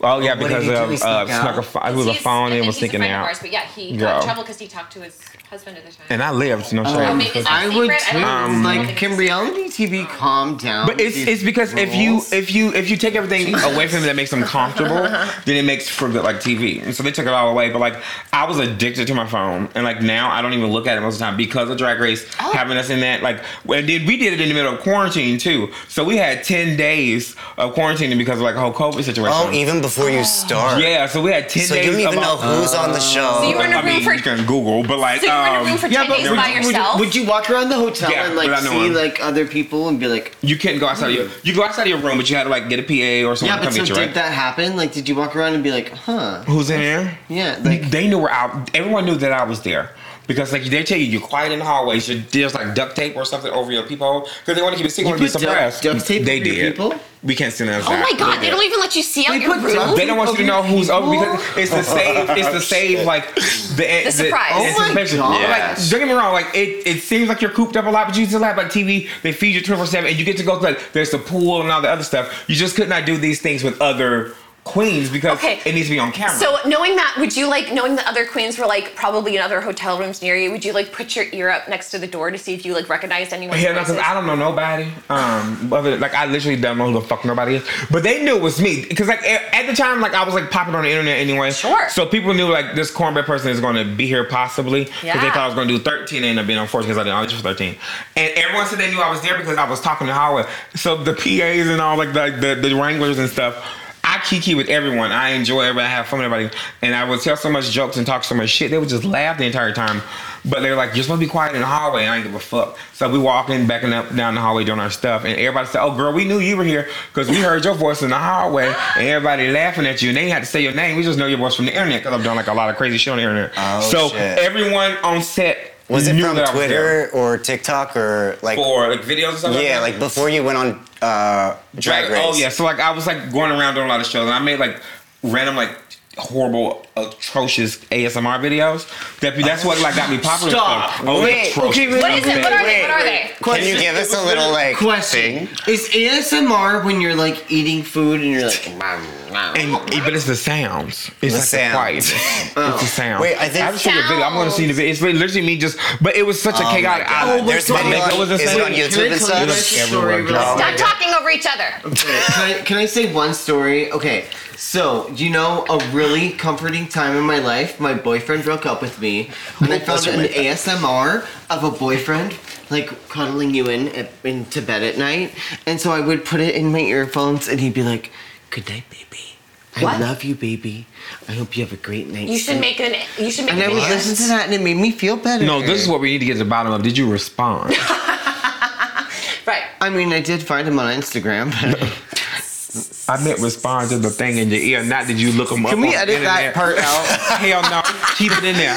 S4: Oh yeah,
S1: What did
S4: because
S1: he do?
S4: of
S1: He
S4: uh,
S1: snuck out?
S4: snuck a pho- it was a
S2: He's-
S4: phone
S2: I
S4: and
S2: think he's
S4: was
S2: a
S4: sneaking
S2: friend of ours,
S4: out.
S2: but yeah, he got in
S4: Girl.
S2: trouble because he talked to his husband at the time.
S4: And I lived, no
S2: Oh,
S4: shame.
S2: maybe it's
S3: I
S2: a
S3: would
S2: secret.
S3: too.
S2: I don't know.
S3: Like, can reality TV calm down?
S4: But it's
S3: with
S4: it's
S3: these
S4: because if you
S3: rules?
S4: if you if you take everything away from them that makes them comfortable, then it makes for good like TV. And so they took it all away. But like I was addicted to my phone, and like now I don't even look at it most of the time because of Drag Race
S2: Oh.
S4: having us in that. Like and then we did it in the middle of quarantine too. So we had ten days of quarantining because of like the whole COVID situation.
S1: Oh, even before you start.
S4: yeah, so we had ten
S1: So
S4: days.
S1: you don't even
S4: of
S1: know
S4: all-
S3: uh,
S1: who's on the show.
S2: So you were in a
S4: Um,
S2: room
S4: I mean,
S2: for-
S4: you can Google, but like
S2: so you were in a
S4: um,
S2: room for
S3: Yeah,
S2: 10
S3: but
S2: days
S4: would
S2: by
S4: you- would you-
S2: yourself?
S3: Would you walk around the hotel
S4: Yeah,
S3: and like
S4: without
S3: see
S4: no one.
S3: like other people and be like,
S4: you couldn't go outside of your you go outside of your room, but you had to like get a PA or someone
S3: yeah,
S4: to
S3: but
S4: come
S3: so
S4: get you,
S3: did
S4: right?
S3: that happen? Like, did you walk around and be like, huh?
S4: Who's in here?
S3: Yeah, like
S4: they knew where I. Everyone knew that I was there because like they tell you you're quiet in the hallways. You're, there's like duct tape or something over your peephole because they want to keep it secret.
S3: You
S4: want to be
S3: put duct-
S4: suppressed.
S3: duct tape
S4: they
S3: over your
S4: did.
S3: peephole?
S4: We can't send us.
S2: Oh my god, they don't even let you see out
S3: They
S2: your
S3: put
S2: room?
S3: duct-
S4: They don't want you to know who's over because it's the save. It's the save, like the, the
S2: surprise.
S4: the
S2: Oh
S3: my
S4: anticipation.
S3: God.
S4: Like, don't get me wrong. Like it, it seems like you're cooped up a lot, but you still have like TV. They feed you 24 seven, and you get to go to, like there's the pool and all the other stuff. You just could not do these things with other queens because
S2: Okay.
S4: it needs to be on camera.
S2: So knowing that, would you like knowing the other queens were like probably in other hotel rooms near you? Would you like put your ear up next to the door to see if you like recognized anyone?
S4: Yeah, no, because I don't know nobody. Um, other like I literally don't know who the fuck nobody is. But they knew it was me because like a- at the time, like I was like popping on the internet anyway.
S2: Sure.
S4: So people knew like this cornbread person is going to be here possibly because they
S2: Yeah.
S4: thought I was going to do thirteen. They ended up being on fourteen because I didn't audition for thirteen. And everyone said they knew I was there because I was talking to Howard. So the PAs and all like the the, the wranglers and stuff. I kiki with everyone. I enjoy everybody. I have fun with everybody. And I would tell so much jokes and talk so much shit. They would just laugh the entire time. But they're like, you're supposed to be quiet in the hallway. And I didn't give a fuck. So we walking, backing up down the hallway doing our stuff. And everybody said, oh, girl, we knew you were here because we heard your voice in the hallway. And everybody laughing at you. And they didn't have to say your name. We just know your voice from the internet because I've done like a lot of crazy shit on the internet.
S1: Oh,
S4: so
S1: shit.
S4: everyone on set
S1: Was it
S4: knew
S1: from
S4: that I was there.
S1: Twitter or TikTok or like?
S4: Or like videos and stuff like
S1: yeah,
S4: that?
S1: like before you went on uh, Drag Race.
S4: Oh yeah, so like I was like going around doing a lot of shows, and I made like random like horrible, atrocious ASMR videos. That that's what like got me popular.
S3: Stop.
S4: stuff. Oh,
S3: Wait.
S4: atrocious
S3: Okay, wait,
S2: What is it? What are they?
S3: Wait,
S2: What are
S3: wait.
S2: they?
S1: Can you give us a little like
S3: question
S1: thing?
S3: is ASMR when you're like eating food and you're like, "Nom, nom."
S4: And, but it's the sounds. It's
S1: The
S4: like
S1: sounds. Oh.
S4: the quiet. It's the sound.
S1: Wait, I think-
S4: I've seen the video. I'm gonna see the video. It's literally me just. But it was such a
S1: Oh my
S4: chaotic
S1: God.
S4: island.
S1: Oh, There's
S4: So I
S1: video
S4: make-
S1: on-
S4: was a
S1: is it
S4: thing.
S1: on YouTube?
S3: Can I tell
S1: and
S3: you
S1: stuff?
S3: guys a
S4: Everywhere
S3: story?
S4: goes.
S3: real
S1: Oh my
S2: Stop
S1: God.
S2: talking over each other.
S3: Okay, can, I, can I say one story? Okay, so you know, a really comforting time in my life, my boyfriend broke up with me, and I found an ASMR of a boyfriend like cuddling you in at, into bed at night, and so I would put it in my earphones, and he'd be like, "Good night, baby. I
S2: What?
S3: love you, baby. I hope you have a great night."
S2: You should
S3: sleep."
S2: make an. You should make.
S3: And I
S2: a
S3: would
S2: video.
S3: listen to that, and it made me feel better.
S4: No, this is what we need to get to the bottom of. Did you respond?
S2: Right.
S3: I mean, I did find him on Instagram. but-
S4: I meant respond to the thing in your ear, not that you look them up.
S3: Can we
S4: on the
S3: edit that
S4: internet.
S3: part out?
S4: Hell no, keep it in there.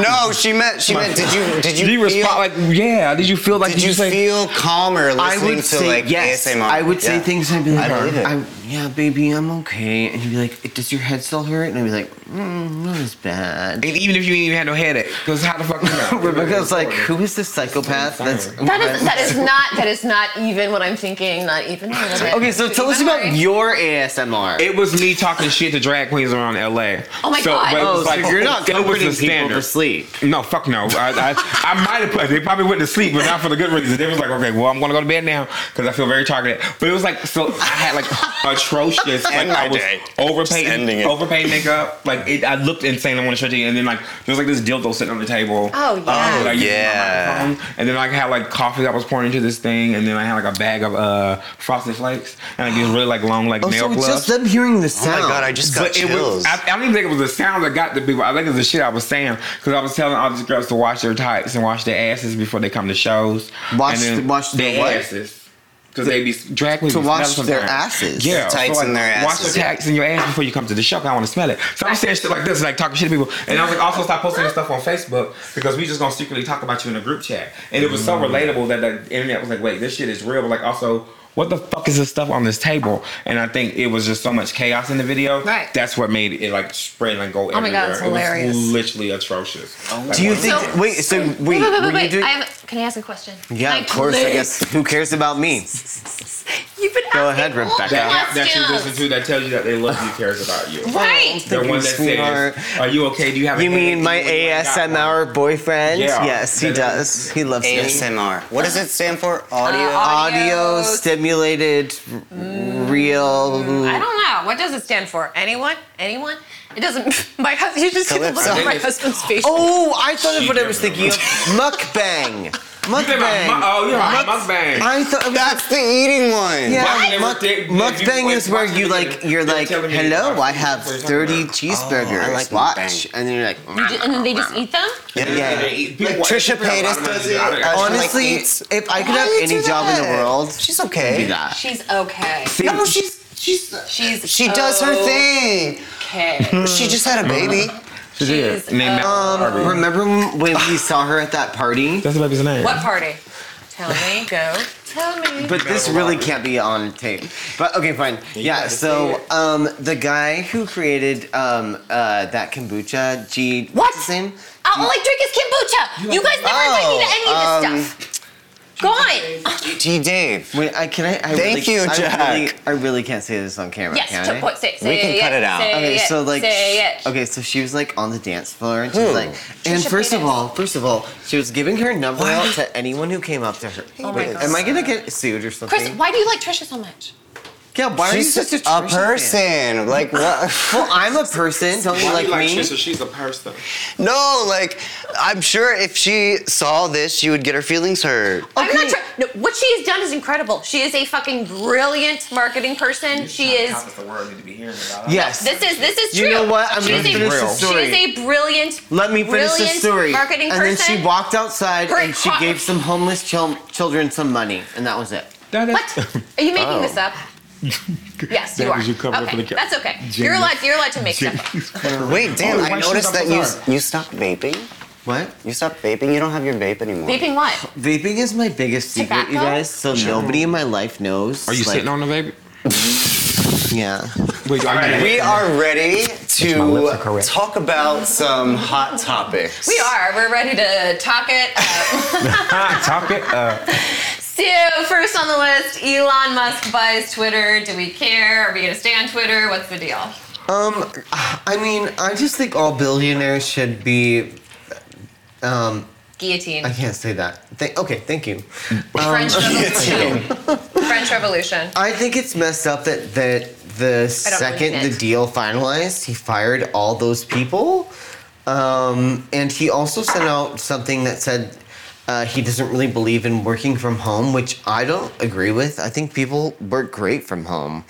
S1: No, she meant she meant. Did you did you,
S4: Did you
S1: feel,
S4: respond like yeah? Did you feel like
S1: did you
S4: say,
S1: feel calmer
S3: I
S1: listening
S3: would
S1: to
S3: say
S1: like
S3: yes.
S1: ASMR?
S3: I would say
S1: Yeah.
S3: things and I'd be like,
S1: I believe it.
S3: I- yeah, baby, I'm okay. And you'd be like, does your head still hurt? And I'd be like, mm, not as bad.
S4: even if you didn't even have no headache? Because how the fuck you know?
S3: Rebecca's like, who is this psychopath? That's
S2: That is that is not that is not even what I'm thinking. Not even a little bit.
S3: okay. So tell us
S2: Even
S3: about
S2: worse.
S3: your ASMR.
S4: It was me talking shit to drag queens around LA.
S2: Oh my
S4: so,
S2: God.
S4: But it
S3: oh,
S4: was
S3: so
S4: like,
S3: you're not
S4: that was
S3: comforting people to
S4: the standard.
S3: sleep.
S4: No, fuck no. I, I, I might have put. They probably went to sleep, but not for the good reason. They was like, okay, well, I'm gonna go to bed now because I feel very targeted. But it was like, so I had like atrocious, like
S1: End my
S4: I was
S1: day. Just ending
S4: overpaid,
S1: it.
S4: overpaid makeup. Like it, I looked insane. I want to show it to you. And then like there was like this dildo sitting on the table.
S2: Oh, yeah.
S1: Oh,
S4: like, using my
S1: yeah.
S4: microphone. And then like, I had like coffee that was pouring into this thing, and then I had like a bag of uh frosted flakes and like these really like long like
S3: Oh,
S4: nail
S3: so it's
S4: gloves.
S3: just them hearing the
S1: Oh my
S3: sound.
S1: god! I just got
S4: But it
S1: chills.
S4: was, I, I don't even think it was the sound that got the people. I think it was the shit I was saying because I was telling all these girls to wash their tights and wash their asses before they come to shows.
S3: Wash-
S4: and
S3: wash their what?
S4: asses because they be drag queens
S3: To
S4: be
S3: wash
S4: smelling
S3: their
S4: sometimes.
S3: asses?
S4: Yeah,
S1: Tights and their
S4: Wash
S1: asses,
S4: your
S1: yeah.
S4: tights and your ass before you come to the show. 'cause I want to smell it. So I'm saying shit like this, like talking shit to people, and I was like, also stop posting this stuff on Facebook because we just gonna secretly talk about you in a group chat. And it was so
S3: Mm.
S4: relatable that the internet was like, wait, this shit is real, but like also. What the fuck is this stuff on this table? And I think it was just so much chaos in the video.
S2: Right.
S4: That's what made it like spread and go
S2: Oh my
S4: everywhere.
S2: God, it's
S4: It
S2: hilarious.
S4: was literally atrocious. Like,
S3: Do you
S4: like,
S3: think?
S2: So-
S3: wait. So wait.
S2: Wait, wait, wait,
S3: were you
S2: wait, wait.
S3: doing-
S2: I have, can I ask a question?
S3: yeah,
S2: Like,
S3: of course. I
S2: please.
S3: guess. Who cares about me?
S2: You've been
S3: Go
S2: asking
S3: ahead,
S2: all
S3: Rebecca.
S4: that app that you
S2: questions.
S4: listen to that tells you that they love you cares about you?
S2: Right.
S4: The
S3: Thank
S4: one
S3: you,
S4: that
S3: sweetheart.
S4: says, "Are you okay? Do you have?"
S3: You
S4: an
S3: mean my
S4: allergy?" Like, I got one.
S3: ASMR boyfriend?
S4: Yeah.
S3: Yes, he does. He loves me.
S1: ASMR. What does it stand for? Audio.
S2: Uh,
S3: Audio stimulated real.
S2: I don't know. What does it stand for? Anyone? Anyone? It doesn't. My husband. You just didn't look
S1: Calypso.
S2: at my husband's face.
S3: Oh, I thought of
S4: She
S3: what I was
S4: never
S3: thinking of. Mukbang.
S4: You think about mu-
S3: Mukbang.
S4: Oh, you're right.
S3: Muk-
S4: Mukbang.
S3: I thought.
S1: That's the eating one.
S3: Yeah,
S4: Why they
S3: muk-
S4: were- they- they-
S3: mukbang
S4: you-
S3: is where
S4: watching
S3: you
S4: the
S3: like
S4: video,
S3: you're
S4: they're
S3: like,
S4: telling me
S3: hello,
S4: about
S3: I
S4: it.
S3: have
S4: What are you talking
S3: thirty
S4: about?
S3: cheeseburgers.
S1: Oh, I like
S3: Watch,
S1: mukbang.
S3: and then you're like,
S2: You ju- and then they just eat them?
S1: Yeah.
S3: Yeah.
S4: They eat- people watch-
S1: Trisha
S4: people have
S1: Paytas
S4: a lot of
S1: does
S4: money.
S1: it.
S4: I- I-
S1: Or-
S3: honestly,
S1: Like, eats-
S3: if I could
S1: Why
S3: have
S1: you
S3: any
S1: do
S3: job in the
S1: that?
S3: world,
S1: She's
S3: it'd
S1: okay.
S3: be that.
S2: She's okay.
S1: No, she's she's
S2: She's
S1: she does her thing.
S2: Okay.
S1: She just had a
S4: Mm-hmm.
S1: baby.
S4: She did.
S2: She's,
S4: Name
S2: uh,
S4: Malcolm Harvey.
S3: Remember when we saw her at that party?
S4: That's the baby's name.
S2: What party? Tell me. Go. Tell me.
S3: But this really can't be on tape. But okay, fine. Yeah.
S4: gotta
S3: So
S4: say
S1: uh,
S3: um, the guy who created um, uh, that kombucha, G.
S2: What?
S3: What's his name?
S2: All I drink is kombucha. You guys never invite me
S3: Oh,
S2: to any of this
S3: um,
S2: stuff. Go on.
S1: G Dave.
S3: Wait, I can I. I
S1: Thank
S3: really,
S1: you,
S3: I really,
S1: Jack.
S3: I really can't say this on camera.
S2: Yes.
S3: Can
S2: to-
S3: I?
S2: what- say, say
S1: We can cut it out.
S2: Say
S3: Okay,
S2: it,
S3: so like,
S2: Say it.
S3: sh- okay, so she was like on the dance floor, and she was
S1: Who?
S3: like, and
S2: Trisha
S3: first of
S2: Paytas.
S3: all, first of all, she was giving her number out to anyone who came up to her.
S2: Oh my
S3: Wait,
S2: God.
S3: am I gonna get sued or something?
S2: Chris, why do you like Trisha so much?
S3: yeah, why are you
S1: She's
S3: such a,
S1: a
S3: Trisha fan?
S1: person. Like what?
S3: Well, I'm a person. Don't you
S4: Why
S3: like
S4: you
S3: me?
S4: Trisha? She's a person.
S1: No, like I'm sure if she saw this, she would get her feelings hurt.
S2: I'm
S3: Okay.
S2: not trying. No, what she has done is incredible. She is a fucking brilliant marketing person. She is.
S4: The world need to be hearing about.
S3: Yes.
S2: This is this is
S3: You
S2: true.
S3: know what? I'm
S2: She
S3: gonna
S2: is a-
S3: finish
S4: the
S3: story.
S2: She is a brilliant.
S3: Let me finish the
S2: brilliant
S3: story.
S2: Marketing
S3: and
S2: person.
S3: then she walked outside
S2: Her
S3: and she
S2: co-
S3: gave some homeless chil- children some money, and that was it.
S4: That is-
S2: What? Are you making
S1: Oh.
S2: this up? Yes, you
S4: That
S2: are.
S4: was your cover
S2: okay,
S4: for the ca-
S2: that's okay. You're
S4: Genius.
S2: allowed. You're allowed to make stuff up.
S1: Wait, damn!
S4: Oh, why
S1: I
S4: she's
S1: noticed
S4: on
S1: that you
S4: Bazaar?
S1: you stopped vaping.
S3: What?
S1: You stopped vaping. You don't have your vape anymore.
S2: Vaping what?
S3: Vaping is my biggest secret,
S2: Tobacco?
S3: you guys. So nobody in my life knows.
S4: Are you
S3: like-
S4: sitting on the baby?
S3: Yeah.
S4: Wait, are you?
S1: We are ready
S4: my lips are
S1: to
S4: correct.
S1: talk about some hot topics.
S2: We are. We're ready to talk it. uh, up.
S4: Top it up.
S2: so first on the list, Elon Musk buys Twitter. Do we care? Are we gonna stay on Twitter? What's the deal?
S3: Um, I mean, I just think all billionaires should be. Um,
S2: Guillotine.
S3: I can't say that. Th- okay, thank you. Um,
S2: French Revolution. French Revolution.
S3: I think it's messed up that that the
S2: don't
S3: second
S2: believe
S3: the
S2: it.
S3: deal finalized, he fired all those people, um, and he also sent out something that said, Uh, he doesn't really believe in working from home, which I don't agree with. I think people work great from home.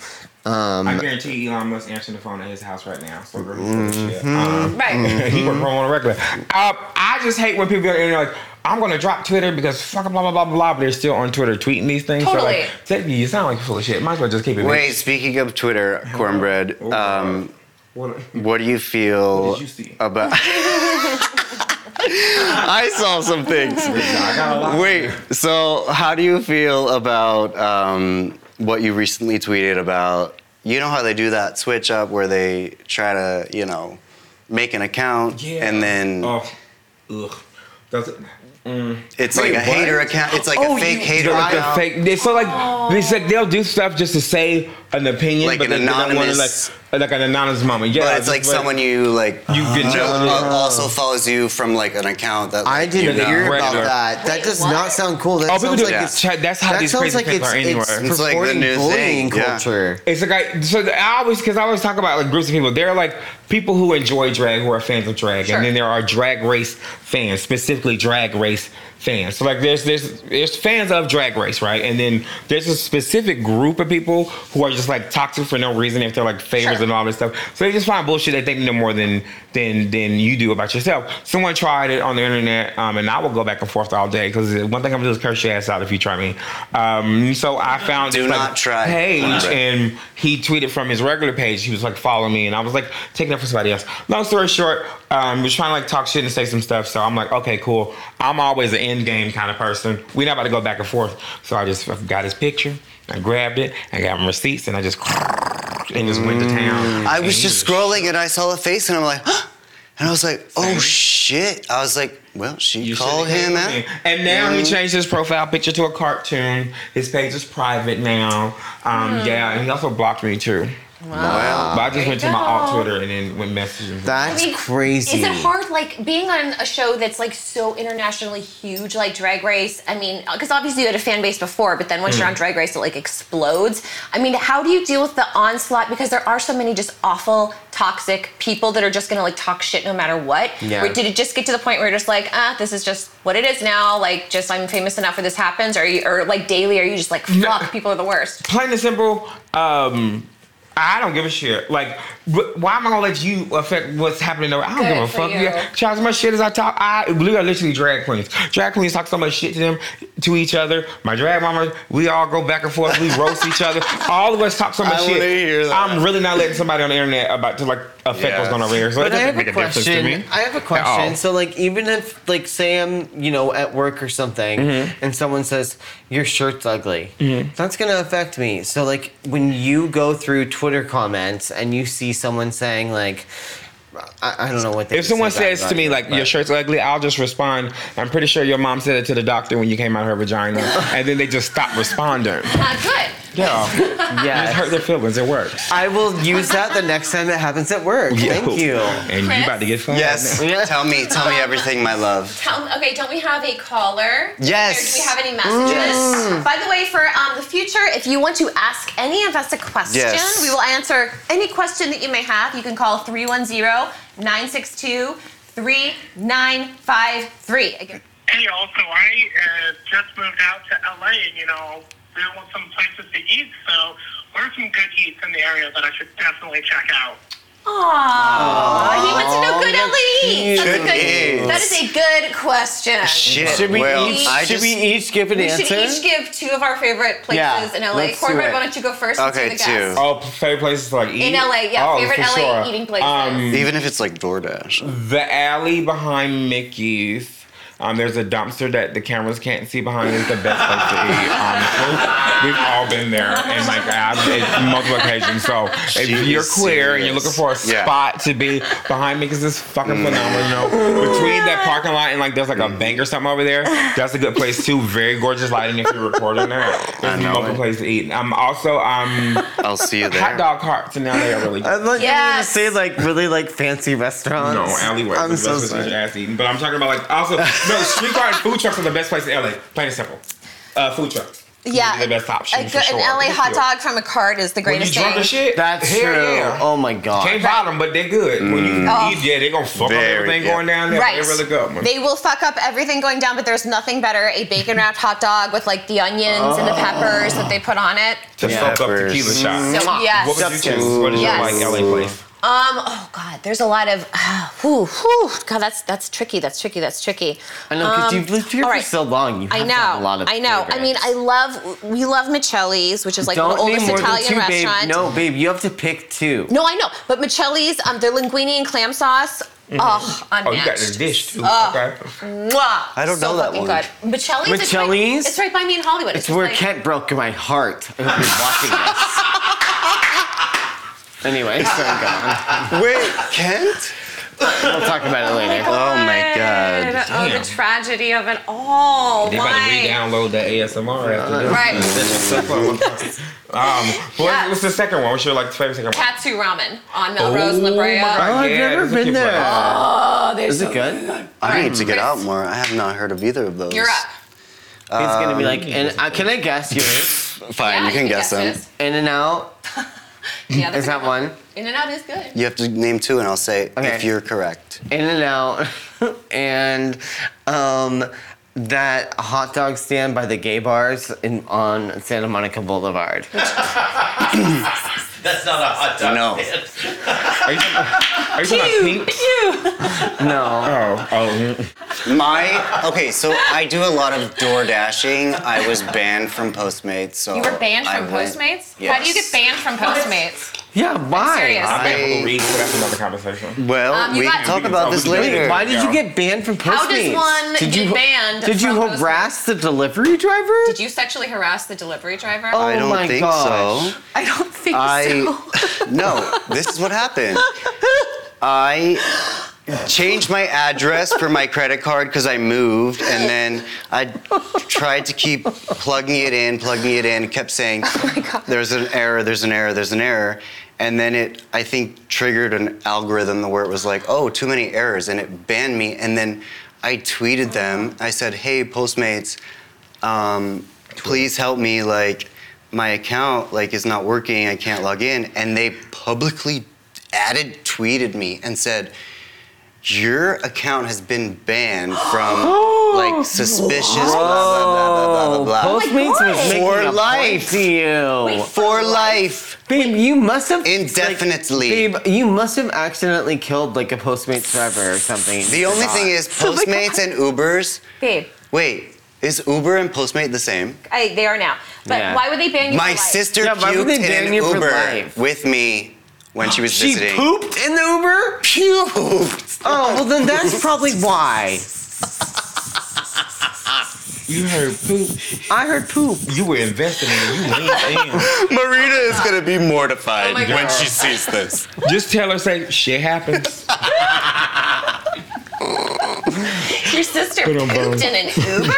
S3: Um,
S4: I guarantee Elon Musk answering the phone at his house right now. So we're gonna do shit. Um,
S2: Right.
S4: he worked for him on a regular. Um, I just hate when people are like, I'm gonna drop Twitter because fuck blah blah blah blah. But they're still on Twitter tweeting these things. So
S2: Totally.
S4: like, technically, you sound like you're full of shit. Might as well just keep it.
S1: Wait, speaking of Twitter, cornbread.
S4: Oh,
S1: Um,
S4: What?
S1: What do you feel
S4: What did you see?
S1: about? I saw some things.
S4: I got a lot.
S1: Wait, so how do you feel about um, what you recently tweeted about? You know how they do that switch up where they try to, you know, make an account
S4: Yeah.
S1: and then
S4: Oh, ugh. That's it.
S1: it's
S4: wait,
S1: like a
S4: what?
S1: hater account. It's like
S4: Oh,
S1: a fake
S4: you-
S1: hater
S4: like the
S1: account.
S4: fake. They, so like they said they'll do stuff just to say an opinion,
S1: Like
S4: but
S1: an
S4: they, they don't wanna,
S1: anonymous-
S4: like, like an anonymous moment. Yeah, oh,
S1: but it's like
S4: just
S1: someone you like
S4: You get
S1: know,
S4: jealous.
S1: al- also follows you from like an account that
S3: I
S1: like,
S3: didn't
S4: Yeah,
S3: hear about
S4: regular.
S3: that. That
S2: Wait,
S3: does
S2: what?
S3: not sound cool. That
S4: Oh, people
S3: sounds
S4: do
S3: like
S1: that.
S3: it's
S4: Ch- that's how
S3: that
S4: these
S3: sounds
S4: crazy
S3: like
S4: things
S3: it's,
S4: are anywhere.
S1: It's like the
S3: purporting
S1: new
S3: bullying
S1: thing, yeah.
S3: culture.
S4: It's like I, so I always because I always talk about like groups of people. There are like people who enjoy drag who are fans of drag,
S2: Sure.
S4: and then there are drag race fans, specifically drag race fans. So like there's there's there's fans of drag race, right? And then there's a specific group of people who are just like toxic for no reason if they're like favors
S2: Sure.
S4: and all this stuff. So they just find bullshit they think no more than than than you do about yourself. Someone tried it on the internet, um, and I will go back and forth all day because one thing I'm gonna do is curse your ass out if you try me. Um, so I found
S1: Do
S4: this, like,
S1: not try.
S4: page
S1: Right.
S4: and and he tweeted from his regular page. He was like, follow me. And I was like, taking up for somebody else. Long story short, um, was trying to like talk shit and say some stuff. So I'm like, okay, cool. I'm always an end game kind of person. We're not about to go back and forth. So I just got his picture. I grabbed it. I got him receipts and I just and just went to town.
S1: Mm. I
S4: And
S1: was
S4: he
S1: just scrolling and I saw a face and I'm like, huh? and I was like, oh shit. I was like, well, she
S4: You
S1: called
S4: should've
S1: him
S4: called
S1: out. Mm.
S4: me. And now he changed his profile picture to a cartoon. His page is private now. Um, Yeah, and he also blocked me too.
S1: Well,
S4: But I just
S2: There
S4: went
S2: you
S4: to my alt
S2: go.
S4: Twitter and then went messaging.
S3: That's crazy.
S2: Is it hard, like being on a show that's like so internationally huge, like Drag Race? I mean, because obviously you had a fan base before, but then once you're on Drag Race, it like explodes. I mean, how do you deal with the onslaught? Because there are so many just awful, toxic people that are just gonna like talk shit no matter what.
S3: Yeah.
S2: Or did it just get to the point where you're just like, ah, this is just what it is now. Like, just I'm famous enough, or this happens, or you, or like daily, are you just like, fuck, people are the worst.
S4: plain and simple, um, I don't give a shit. Like, wh- why am I gonna let you affect what's happening? Over? I don't
S2: Good
S4: give a
S2: for
S4: fuck.
S2: you.
S4: Yeah, charge my shit as I talk. I we are literally drag queens. Drag queens talk so much shit to them, to each other. My drag mama, we all go back and forth. We roast each other. All of us talk so much
S1: I wanna
S4: shit.
S1: hear that.
S4: I'm really not letting somebody on the internet about to like affect what's
S1: Yeah.
S4: going on over here. So
S3: But
S4: it
S3: I
S4: doesn't
S3: have
S4: make
S3: a
S4: a difference to me.
S3: question. I have a
S4: at all.
S3: question. So, like, even if, like, say I'm, you know, at work or something,
S4: Mm-hmm.
S3: and someone says your shirt's ugly, that's gonna affect me. So, like, when you go through Twitter comments and you see someone saying, like, I, I don't know what they.
S4: If someone
S3: say bad
S4: says
S3: about
S4: to me
S3: you,
S4: like
S3: but-
S4: your shirt's ugly, I'll just respond. I'm pretty sure your mom said it to the doctor when you came out of her vagina, and then they just stop responding.
S2: Not good.
S4: Yeah,
S3: yeah,
S4: it hurt their feelings. It works.
S3: I will use that the next time it happens at work. Thank you.
S4: And you about to get fired.
S1: yes.
S3: Yeah.
S1: Tell me, tell me everything, my love.
S2: Tell- okay, don't we have a caller?
S1: Yes.
S2: Or do we have any messages? By the way, for um, the future, if you want to ask any of us a question,
S1: Yes.
S2: we will answer any question that you may have. You can call 310 962 3953. Again.
S5: Hey, y'all. So I uh, just moved out to LA, and you know, we want some places to eat. So, what are some good eats in the area that I should definitely check out?
S2: Aww. He wants to know good
S3: that's
S2: LE. That's a
S1: cute. Good
S2: good, that
S1: eats.
S2: is a good question.
S1: Shit.
S3: Should we
S1: well,
S3: each?
S1: I
S3: should
S1: just,
S3: we each give an
S2: We
S3: answer?
S2: should each give two of our favorite places
S3: Yeah,
S2: in LA.
S3: let's do
S2: Cornbread,
S3: it.
S2: why don't you go first? since
S1: Okay,
S2: you're the
S1: two.
S2: guest?
S4: Oh, favorite places to like eat
S2: In LA, yeah,
S4: Oh,
S2: favorite
S4: for
S2: LA
S4: sure. Um,
S2: eating places.
S1: even if it's like DoorDash.
S4: The alley behind Mickey's. Um, there's a dumpster that the cameras can't see behind. It's the best place to eat. Honestly, we've all been there, and like I've it's multiple occasions. So if
S1: She
S4: you're
S1: is
S4: queer and
S1: serious.
S4: you're looking for a
S1: Yeah.
S4: spot to be behind Mickey's, is fucking phenomenal. Between that parking lot and like there's like a
S1: Mm.
S4: bank or something over there, that's a good place too. Very gorgeous lighting if you're recording there. There's
S1: know
S4: multiple
S1: it. Oh,
S4: places to eat. Um, also um,
S1: I'll see you there.
S4: hot dog carts in LA are really.
S3: I thought you
S2: Yes.
S3: were gonna say like really like fancy restaurants.
S4: No, alleyways.
S3: I'm
S4: the
S3: so
S4: best place to get
S3: sorry.
S4: your ass eaten. But I'm talking about like also no street car and food trucks are the best place in LA. Plain and simple. Uh, food trucks.
S2: yeah,
S4: the best option
S2: A
S4: for
S2: good,
S4: sure.
S2: An LA hot dog from a cart is the
S4: When you
S2: greatest
S4: drunk
S2: thing.
S4: as shit,
S3: That's
S4: hell
S3: true.
S4: Yeah.
S3: Oh my god.
S4: Can't buy them, but they're good. When you
S2: Oh.
S4: eat, yeah, they're gonna fuck
S1: Very
S4: up everything
S1: good.
S4: going down there. but
S2: Right.
S4: They're really good. man.
S2: They will fuck up everything going down, but there's nothing better a bacon wrapped hot dog with like the onions and the
S4: Oh.
S2: peppers that they put on it.
S4: to
S1: Yeah,
S4: fuck up
S1: for
S4: tequila shots.
S2: So yes.
S4: What would you choose? What is
S2: Yes.
S4: your like LA place?
S2: Um. Oh God. There's a lot of. Uh, whew, whew, God, that's that's tricky. That's tricky. That's tricky.
S3: I know, 'cause you've lived here
S2: all
S3: for so long, you
S2: Um, I
S3: have
S2: know.
S3: to have a lot of
S2: I know. I
S3: favorites.
S2: mean, I love. We love Michelli's, which is like
S3: Don't
S2: the
S3: name
S2: oldest
S3: more than
S2: Italian
S3: two,
S2: restaurant.
S3: babe. No, babe, you have to pick two.
S2: No, I know. But Michelli's, um, their linguine and clam sauce. Oh, unmatched.
S4: Oh, you got this dish too.
S2: Oh.
S4: Okay.
S2: Mwah.
S1: I don't
S2: so
S1: know that
S2: fucking
S1: one.
S2: Good. Michelli's. It's right,
S3: Michelli's?
S2: it's right by me in Hollywood.
S3: It's
S2: just
S3: where
S2: like-
S3: Kent broke my heart. I hope you're watching this. anyway, so go on.
S1: Wait, Kent?
S3: We'll talk about it later.
S1: Oh my God.
S2: Oh,
S4: Damn.
S2: the tragedy of it all.
S4: They about to
S2: Why?
S4: re-download the ASMR after this.
S2: Right.
S4: Um, what-
S2: Yes.
S4: what's the second one? What's your like favorite second one?
S2: Katsu ramen on Melrose La Brea. Oh,
S4: Oh my
S3: I've
S4: God,
S3: never
S4: that's a
S3: been
S4: cute
S3: there.
S4: one.
S3: Is it good? He's
S1: I need to get
S2: Chris.
S1: out more. I have not heard of either of those.
S2: You're up.
S3: gonna be like, and uh, can I guess yours?
S1: Fine, you can guess them.
S2: this.
S3: In and out
S2: Yeah,
S3: is that one?
S2: In and out is good.
S1: You have to name two, and I'll say
S3: Okay.
S1: if you're correct.
S3: In and out, and um, that hot dog stand by the gay bars in on Santa Monica Boulevard.
S7: That's not a hot dog.
S1: No.
S4: Are you talking- are you talking about pink?
S3: No,
S4: Oh, oh.
S1: My okay, so I do a lot of door dashing. I was banned from Postmates, so
S2: You were banned
S1: I
S2: from
S1: went-
S2: Postmates? How do you
S1: Yes.
S2: get banned from Postmates?
S3: yeah, why?
S2: serious.
S4: I'm
S1: I-
S4: banned for reading, but that's another conversation.
S1: Well,
S2: Um, you
S1: we
S2: got-
S1: can talk about this
S4: We can-
S1: later.
S3: Why did
S4: Yeah.
S3: you get banned from Postmates?
S2: How does one
S3: did
S2: get
S3: you,
S2: banned
S3: Did you
S2: from Postmates?
S3: harass the delivery driver?
S2: Did you sexually harass the delivery driver?
S3: Oh.
S1: I don't
S3: my
S1: think
S3: gosh.
S1: so.
S2: I don't think
S1: I no. This is what happened. I changed my address for my credit card because I moved, and then I tried to keep plugging it in, plugging it in, kept saying, "There's an error. There's an error. There's an error." And then it, I think, triggered an algorithm where it was like, "Oh, too many errors," and it banned me. And then I tweeted them. I said, "Hey, Postmates." um, please help me like my account like is not working i can't log in and they publicly added tweeted me and said your account has been banned from like suspicious Uh, blah blah blah blah blah blah, blah.
S3: Oh Postmates was making
S1: For
S3: a point
S1: life.
S3: to you.
S1: for life
S3: Babe, you must have
S1: Indefinitely.
S3: Like, babe, you must have accidentally killed like a Postmates driver or something.
S1: the only thing is
S3: Oh
S1: postmates and ubers
S2: Babe,
S1: wait is uber and postmate the same
S2: I, they are now. But
S3: Yeah.
S2: why would they ban you?
S1: my
S2: for life?
S1: sister
S3: Yeah, why would
S1: puked
S3: they
S1: in
S3: ban
S1: an
S3: you for
S1: uber
S3: life?
S1: with me when she was
S3: she
S1: visiting
S3: pooped in the Uber.
S1: puked
S3: Oh well, then that's probably why.
S4: You heard poop.
S3: I heard poop.
S4: You were investing in it. You leaned in.
S1: Marina is gonna be mortified
S2: Oh my
S1: when
S2: God.
S1: she sees this.
S4: Just tell her, say, shit happens.
S2: Your sister
S4: Ba-dum-bum.
S2: pooped in an Uber?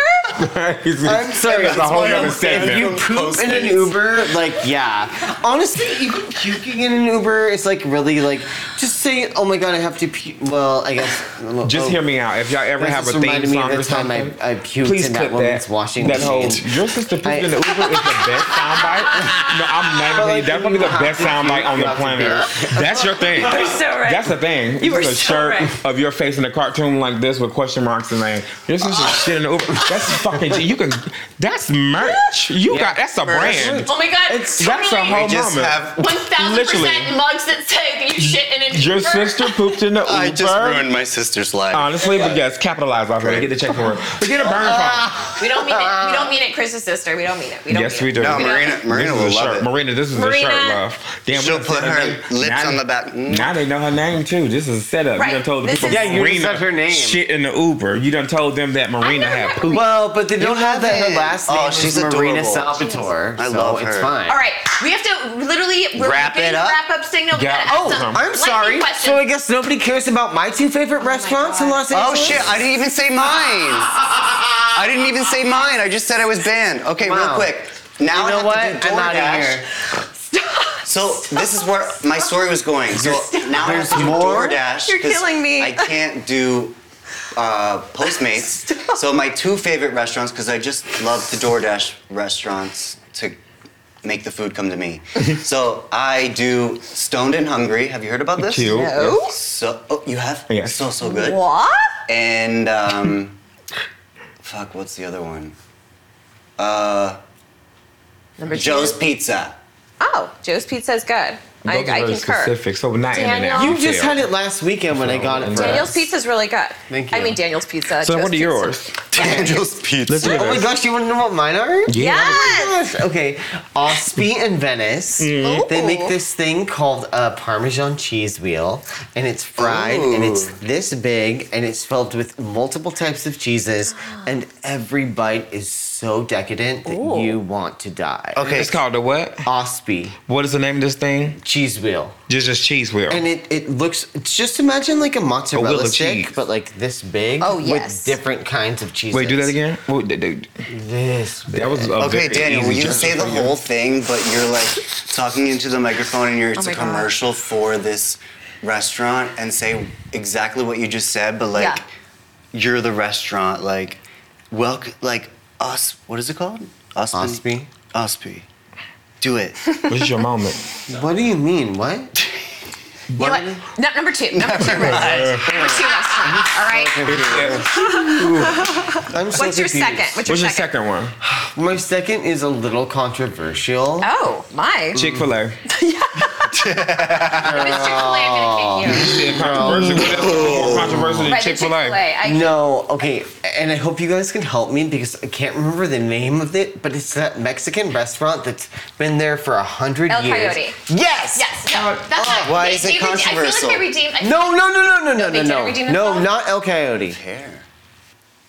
S4: I'm
S3: sorry,
S4: It's a whole other
S3: If
S4: segment.
S3: you poop in an Uber, like yeah. Honestly, even puking in an Uber is like really like just say, oh my god, I have to puke. Well, I guess.
S4: Just
S3: oh,
S4: hear me out. If y'all ever
S3: This
S4: have a
S3: just
S4: theme
S3: reminded me
S4: song
S3: of the
S4: or
S3: time I,
S4: something,
S3: I puked
S4: please
S3: in that
S4: clip
S3: woman's
S4: that.
S3: washing
S4: that whole
S3: machine.
S4: your sister pooped in the
S3: I-
S4: Uber is the best soundbite. No, I'm mad at you. That's probably the best soundbite on the planet. That's your thing.
S2: so right.
S4: That's the thing. You
S2: were
S4: a
S2: so
S4: shirt
S2: right.
S4: of your face in a cartoon like this with question marks and like this is
S1: Oh.
S4: just shit in the Uber. That's fucking. You can. That's merch. You got. That's a brand.
S2: Oh my God.
S3: It's-
S4: That's a
S2: totally
S3: Oh,
S4: whole
S1: We just
S4: moment.
S1: have.
S2: 1000%
S4: literally.
S2: mugs that say that you shit in an
S4: your
S2: Uber.
S4: sister pooped in the Uber.
S1: I just ruined my sister's life.
S4: Honestly, but yes, capitalize off of it.
S1: Great.
S4: Get the check for it. But get a burn phone.
S2: We don't mean it. We don't mean it, Chris's sister. We don't mean it. We don't
S4: Yes,
S2: mean
S4: we
S2: it.
S4: do.
S1: No, Marina, Marina
S4: This
S1: will
S4: is a
S1: love
S4: shirt.
S1: it.
S4: Marina, this is
S2: Marina.
S4: a shirt, love. Damn,
S1: She'll
S4: we
S1: put
S4: done
S1: her
S4: said her
S1: lips
S4: name.
S1: on
S4: Now-
S1: the back. Mm.
S4: Now they know her name too. This is a setup.
S2: Right.
S4: You done told the
S2: This
S4: people
S2: is- Yeah,
S3: you
S4: Marina
S3: said her name.
S4: shit in the Uber. You done told them that Marina
S2: never
S4: had
S2: met
S4: poop.
S3: Well, but they don't have that her
S1: haven't.
S3: last name
S1: Oh,
S3: is
S1: she's
S3: Marina
S1: adorable.
S3: Salvatore.
S1: I
S3: so
S1: love
S3: It's
S1: her.
S3: fine.
S2: All right, we have to literally we're
S1: Wrap
S2: getting
S1: it up?
S2: a wrap up signal. We
S4: Yeah.
S2: gotta ask
S4: Oh,
S2: some
S4: I'm
S2: lightning
S3: I'm sorry.
S2: Questions.
S3: So I guess nobody cares about my two favorite restaurants in
S2: Oh God.
S3: Los
S1: Oh
S3: Angeles.
S1: shit! I didn't even say mine. I didn't even say mine. I just said I was banned. Okay, real
S3: Wow.
S1: quick. Now
S3: You
S1: I
S3: know
S1: have
S3: what?
S1: to do
S3: I'm out
S1: DoorDash.
S3: of here.
S1: So this is where my story was going. So now I have to do
S3: more?
S1: DoorDash.
S2: You're
S1: 'cause
S2: killing me.
S1: I can't do uh, Postmates. so my two favorite restaurants, because I just love the DoorDash restaurants to make the food come to me. so I do Stoned and Hungry. Have you heard about this?
S4: Cute.
S2: No.
S1: So oh, you have?
S4: Yeah.
S1: So so good.
S2: What?
S1: And um, fuck, what's the other one? Uh,
S2: Number two.
S1: Joe's Pizza.
S2: Oh, Joe's Pizza is good. I, I
S4: Those are very
S2: concur.
S4: specific, so not in and
S2: Daniel.
S4: out.
S3: You just
S4: sales.
S3: had it last weekend when I got it for
S2: Daniel's
S3: us.
S2: Pizza is really good.
S3: Thank
S2: I
S3: you.
S2: mean, Daniel's Pizza.
S4: So I
S2: Joe's
S4: went to
S2: Pizza.
S4: yours.
S1: Daniel's Pizza.
S4: Listen to
S3: Oh my
S4: this.
S3: gosh, you want to know what mine are?
S2: Yes.
S3: Yes. Okay, Ospie and Venice. They make this thing called a Parmesan cheese wheel, and it's fried, and it's this big, and it's filled with multiple types of cheeses, and every bite is so decadent that
S2: Ooh.
S3: you want to die.
S1: Okay,
S4: It's called the what?
S3: Ospie
S4: What is the name of this thing?
S3: cheese wheel,
S4: Just just cheese wheel.
S3: and it it looks. It's just imagine like a mozzarella
S4: of
S3: stick,
S4: cheese.
S3: but like this big.
S2: Oh, yes.
S3: with different kinds of cheeses.
S4: Wait, do that again. Whoa, th- th-
S3: This.
S4: that was a
S1: Okay,
S4: very
S1: Daniel, will
S4: easy
S1: you
S4: gesture
S1: say the
S4: for you.
S1: whole thing, but you're like talking into the microphone and you're, it's
S2: Oh my
S1: a
S2: God.
S1: commercial for this restaurant and say exactly what you just said, but like
S2: Yeah.
S1: you're the restaurant, like welcome, like us, what is it called? Ospen-
S3: Ospie.
S1: Ospie. Do it.
S4: This is your moment.
S3: What do you mean? What?
S2: You know what? No, number two. Number two. restaurant. number two restaurant. All right.
S3: I'm so
S2: What's your
S3: confused.
S2: second? What's your
S4: What's your
S2: second?
S4: second one?
S3: My second is a little controversial.
S2: Oh my!
S4: Chick Fil A.
S2: If it's Chick-fil-A, I'm gonna kick you.
S4: Controversial. Controversial than
S2: Right, the
S4: Chick Fil A.
S2: Chick-fil-A. I-
S3: No, okay, and I hope you guys can help me because I can't remember the name of it, but it's that Mexican restaurant that's been there for a hundred
S2: El
S3: years.
S2: Coyote.
S3: Yes.
S2: Yes. No. That's not.
S1: why
S2: they-
S1: is it
S2: they redeemed- I feel
S1: controversial?
S2: like they redeemed. I,
S3: No, no, no, no, no, no,
S2: they
S3: no,
S2: didn't
S3: no,
S2: redeem
S3: no,
S2: themselves?
S3: not El Coyote.
S1: Hair.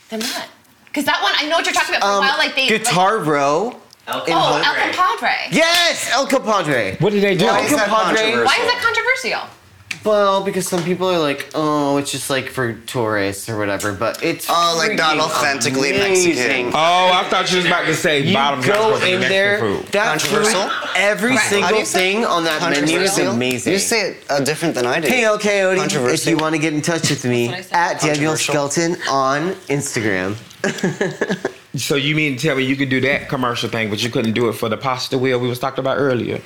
S2: They're not. Because that one, I know what you're talking about. For a while, like they.
S3: Um, Guitar Row.
S2: Like, oh, El Compadre.
S3: Yes, El Compadre.
S4: What did they do?
S1: Why is that
S3: Compadre.
S1: controversial?
S2: Why is that controversial?
S3: Well, because some people are like, oh, it's just like for tourists or whatever, but it's
S1: Oh, like not
S3: freaking
S1: authentically
S3: amazing.
S1: Mexican.
S4: Oh, I thought you was about to say
S3: You
S4: bottom
S3: go in there.
S4: Food.
S3: That
S1: Controversial?
S3: food, every
S2: Right.
S1: How do
S3: single
S1: you say it?
S3: thing on that menu is
S1: Controversial?
S3: amazing.
S1: You say it uh, different than I did.
S3: Hey, El Coyote, if
S1: Controversial.
S3: you want to get in touch with me,
S2: That's what I said.
S3: at Daniel
S1: Controversial.
S3: Skelton on Instagram.
S4: So you mean to tell me you could do that commercial thing, but you couldn't do it for the pasta wheel we was talked about earlier?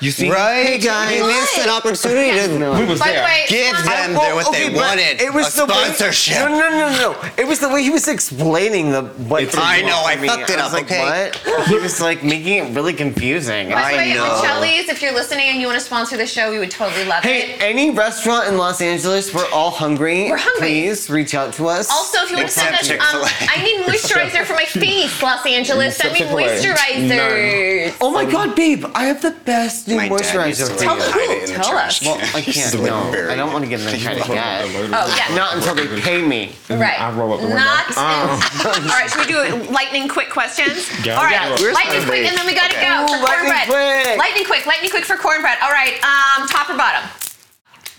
S4: You see,
S1: Right, guys.
S3: guys.
S1: You missed an opportunity to
S4: we was
S2: By the
S4: there.
S2: way,
S1: Give
S2: Swan-
S1: them- And
S3: Well,
S1: they're what they
S3: but
S1: wanted, a
S3: the way-
S1: sponsorship.
S3: no, no, no, no. It was the way he was explaining the what.
S4: It's-
S3: to
S4: I
S3: do
S1: know,
S3: for
S1: I
S3: me.
S1: fucked it
S3: was
S1: up,
S3: Like,
S1: okay?
S3: What? He was like making it really confusing.
S2: By the
S1: I
S2: way,
S1: know.
S2: Michelle's, if you're listening and you want to sponsor the show, we would totally love
S3: Hey,
S2: it.
S3: any restaurant in Los Angeles, we're all hungry.
S2: We're hungry.
S3: Please reach out to us.
S2: Also, if you want to send us, um,
S1: Except Chick-fil-A.
S2: I need moisturizer for my face, Los Angeles. Send me
S4: Except Chick-fil-A.
S2: moisturizers.
S3: Oh my god, babe, I have the best new
S1: My dad used
S3: moisturizer for you.
S1: to like,
S2: Tell
S1: hide
S2: who?
S1: it in the
S2: Tell us.
S1: trash can.
S3: Well, I
S1: He used
S3: can't.
S1: to, like,
S3: No,
S1: bury
S3: I don't
S1: it.
S3: want to give them credit yet.
S2: Oh, yeah.
S3: Not until they pay me.
S2: Right.
S4: I roll up the window.
S2: Not.
S4: Uh-uh.
S2: All right. Should we do lightning quick questions?
S4: Yeah.
S2: All right.
S4: Yeah,
S1: we're
S2: lightning
S1: sorry.
S2: quick, and then we gotta
S1: Okay.
S2: go for
S3: Ooh, lightning
S2: cornbread.
S3: quick.
S2: Lightning quick. Lightning quick for cornbread. All right. Um, top or bottom?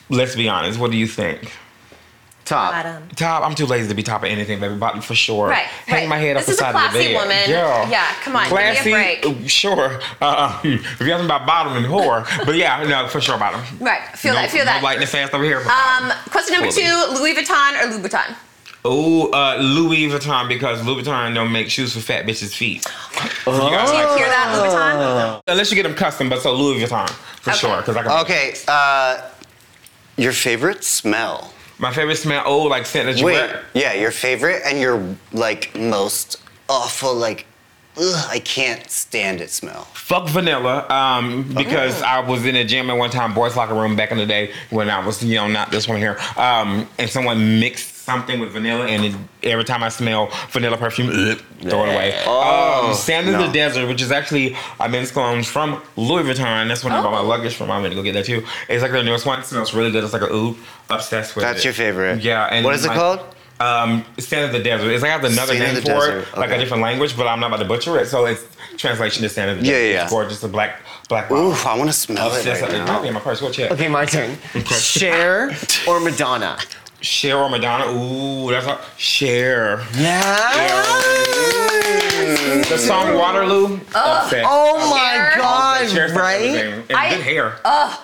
S4: Let's be honest. What do you think?
S3: Top.
S2: Bottom.
S4: Top. I'm too lazy to be top of anything, baby. Bottom for sure.
S2: Right.
S4: Hang
S2: right.
S4: my head up
S2: This is
S4: the
S2: a
S4: side of the
S2: classy
S4: bed.
S2: woman.
S4: Girl.
S2: Yeah. Come on. Give
S4: Classy,
S2: me a break.
S4: uh, sure. Uh, if you're talking about bottom and whore, but yeah, no, for sure bottom.
S2: Right. Feel
S4: no,
S2: that. Feel
S4: no
S2: that.
S4: lightning fast over here.
S2: Um, question number
S4: Fully.
S2: two: Louis Vuitton or Louboutin?
S4: Oh, uh, Louis Vuitton because Louis Vuitton don't make shoes for fat bitches' feet.
S1: Uh-huh.
S4: You guys like-
S2: Hear that, Louis Vuitton?
S4: unless you get them custom, but so Louis Vuitton for
S2: Okay.
S4: sure. Because I can.
S1: Okay, uh, your favorite smell.
S4: My favorite smell. Oh, like scent that you
S1: Wait,
S4: wear.
S1: yeah, your favorite and your like most awful like. Ugh, I can't stand it smell.
S4: Fuck vanilla, um, because
S1: Oh.
S4: I was in a gym at one time, boys' locker room back in the day when I was, you know, not this one here, um, and someone mixed something with vanilla, and it, every time I smell vanilla perfume, ugh, throw it away. um, Sand in the
S1: Oh. no.
S4: Desert, which is actually a men's cologne from Louis Vuitton. That's when I
S1: Oh.
S4: bought my luggage from. I'm gonna go get that too. It's like the newest one. It smells really good. It's like a ooh, obsessed with it.
S1: That's your favorite?
S4: Yeah. And
S1: What is it
S4: like,
S1: called?
S4: Um, Sand of the Desert. It's like I have another
S1: Sand of
S4: name
S1: the
S4: for
S1: Desert,
S4: it, like a
S1: okay.
S4: different language, but I'm not about to butcher it. So it's translation to Sand of the
S1: Yeah,
S4: Desert.
S1: yeah.
S4: It's gorgeous. A black black.
S1: Ooh,
S4: bottle.
S1: I want to smell it
S4: Obsessed-
S1: right
S4: it might
S1: now.
S4: be in my purse. Go check.
S3: Okay, my turn. Cher or Madonna?
S4: Cher or Madonna. Ooh, that's a Cher.
S3: Yeah.
S4: The song Waterloo. Upset.
S3: Oh
S2: Hair.
S3: my
S4: Cher
S3: god,
S4: stuck everything.
S3: right?
S4: And
S2: Uh, I- Oh,
S4: good hair.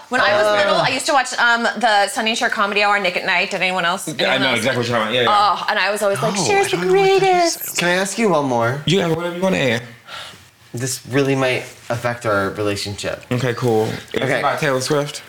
S2: When I
S4: Uh.
S2: was little, I used to watch um, the Sunny and Cher Comedy Hour, Nick at Night. Did anyone else?
S4: Yeah, I
S2: anyone
S4: know
S2: else?
S4: exactly what you're talking about. Yeah, yeah.
S2: Oh, and I was always like,
S1: Oh,
S2: Cher's
S1: I
S2: the
S1: don't know what that is.
S2: greatest.
S3: Can I ask you one more?
S4: you have whatever you want to add.
S3: This really might affect our relationship.
S4: Okay, cool. It's
S3: Okay.
S4: about Taylor Swift.